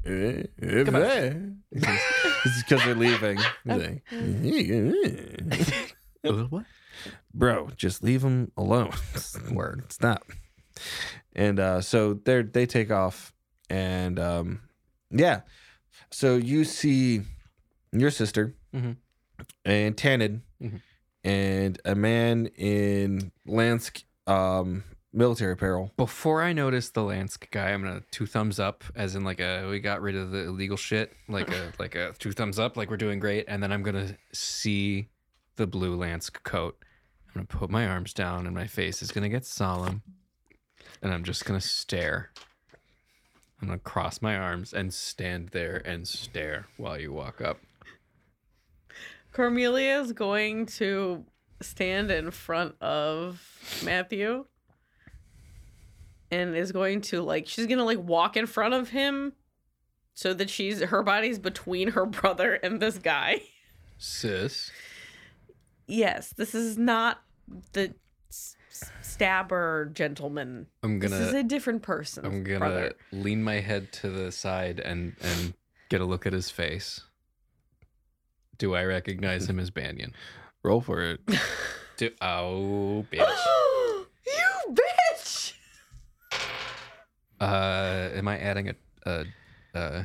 Eh, eh, eh. This is because they're leaving. He's like, "Eh, eh, eh." what? Bro, just leave them alone. Word. Stop. And uh, so they they take off, and um, yeah. So you see your sister Mhm. and Tannen Mhm. and a man in Lansk um, military apparel. Before I notice the Lansk guy, I'm gonna two thumbs up, as in like a we got rid of the illegal shit, like a like a two thumbs up, like we're doing great. And then I'm gonna see the blue Lansk coat. I'm gonna put my arms down, and my face is gonna get solemn, and I'm just gonna stare. I'm gonna cross my arms and stand there and stare while you walk up. Cornelia is going to stand in front of Matthew and is going to like she's going to like walk in front of him so that she's her body's between her brother and this guy. Sis, Yes, this is not the s- s- stabber gentleman. I'm This is gonna a different person. I'm gonna brother. lean my head to the side and and get a look at his face. Do I recognize him as Banyan? Roll for it. Do oh bitch. you bitch. Uh, am I adding a a uh,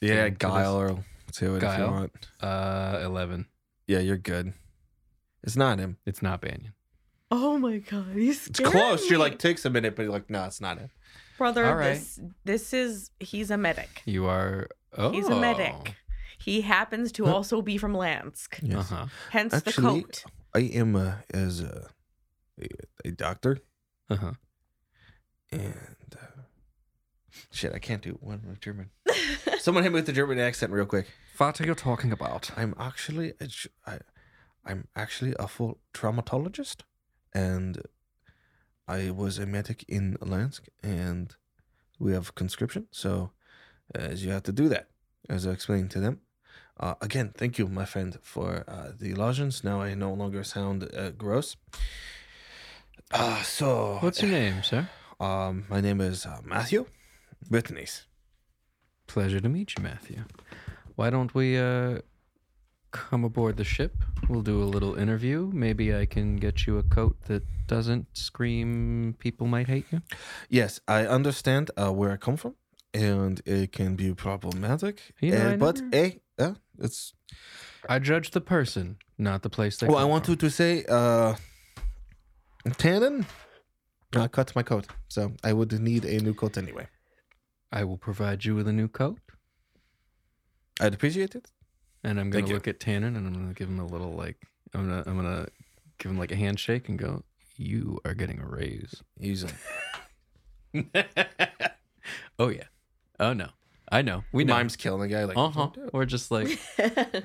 Yeah, thing to guile or to it if Guile. you want. uh eleven? Yeah, you're good. It's not him. It's not Banyan. Oh my god, he's It's close. You're like takes a minute, but you're like, no, it's not him. brother. all right. This this is he's a medic. You are. Oh, He's a medic. He happens to also be from Lansk, Uh huh. hence Actually- the coat. I am uh, as a, Uh-huh. a, a doctor, Uh huh. and uh, Shit, I can't do one with German. Someone hit me with the German accent real quick. What are you talking about? I'm actually a j- I, I'm actually a full traumatologist, and I was a medic in Lansk, and we have conscription, so uh, you have to do that. As I explained to them, uh, again, thank you, my friend, for uh, the lozenge. Now I no longer sound uh, gross. Uh, so What's your name, sir? Um, my name is uh, Matthew Brittany's. Pleasure to meet you, Matthew. Why don't we uh, come aboard the ship? We'll do a little interview. Maybe I can get you a coat that doesn't scream people might hate you. Yes, I understand uh, where I come from, and it can be problematic. You know, eh, I but never- eh, eh, it's. I judge the person, not the place they Well, Oh, I come want from. to to say, uh, Tannen, uh, cut my coat, so I would need a new coat anyway. I will provide you with a new coat. I'd appreciate it. And I'm gonna Thank you. look at Tannen and I'm gonna give him a little like I'm gonna I'm gonna give him like a handshake and go, You are getting a raise. Usually, Oh yeah. Oh no. I know. We know. mimes killing a guy like Uh huh. Or just like and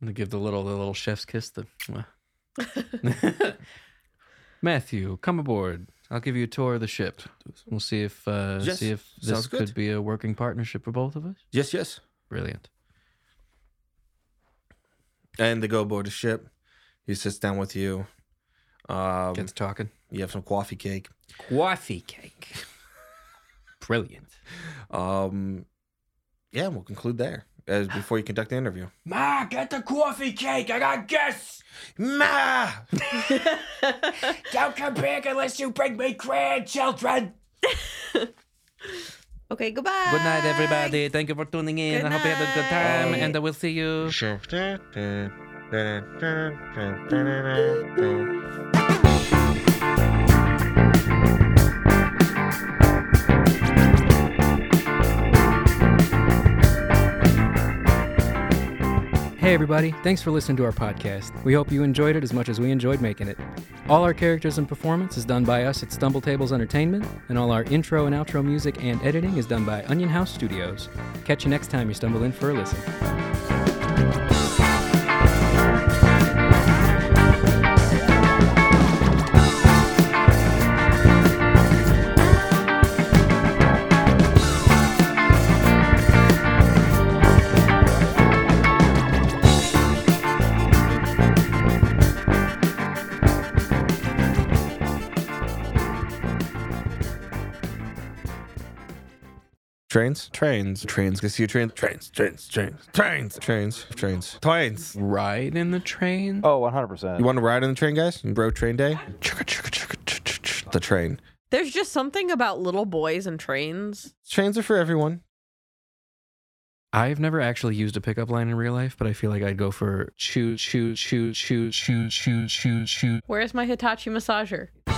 they give the little the little chef's kiss. The mwah. Matthew, come aboard. I'll give you a tour of the ship. We'll see if uh, Yes, see if this sounds good. could be a working partnership for both of us. Yes, yes. Brilliant. And they go aboard the ship. He sits down with you. Um, Gets talking. you have some coffee cake. Coffee cake. Brilliant. Um, yeah, we'll conclude there as before you conduct the interview. Ma, get the coffee cake. I got guests. Ma! Don't come back unless you bring me grandchildren. okay, goodbye. Good night, everybody. Thank you for tuning in. Good I hope you had a good time, and I will see you. Hey, everybody, thanks for listening to our podcast. We hope you enjoyed it as much as we enjoyed making it. All our characters and performance is done by us at Stumble Tables Entertainment, and all our intro and outro music and editing is done by Onion House Studios. Catch you next time you stumble in for a listen. Trains? Trains. Trains. Can I see your train? Trains. Trains. Trains. Trains. Trains. Trains. Trains. Ride in the train. Oh, 100%. You want to ride on the train, guys? Road train day? Chugga, chugga, chugga, chugga, chugga. The train. There's just something about little boys and trains. Trains are for everyone. I've never actually used a pickup line in real life, but I feel like I'd go for choo choo choo choo choo choo choo choo. Where's my Hitachi massager?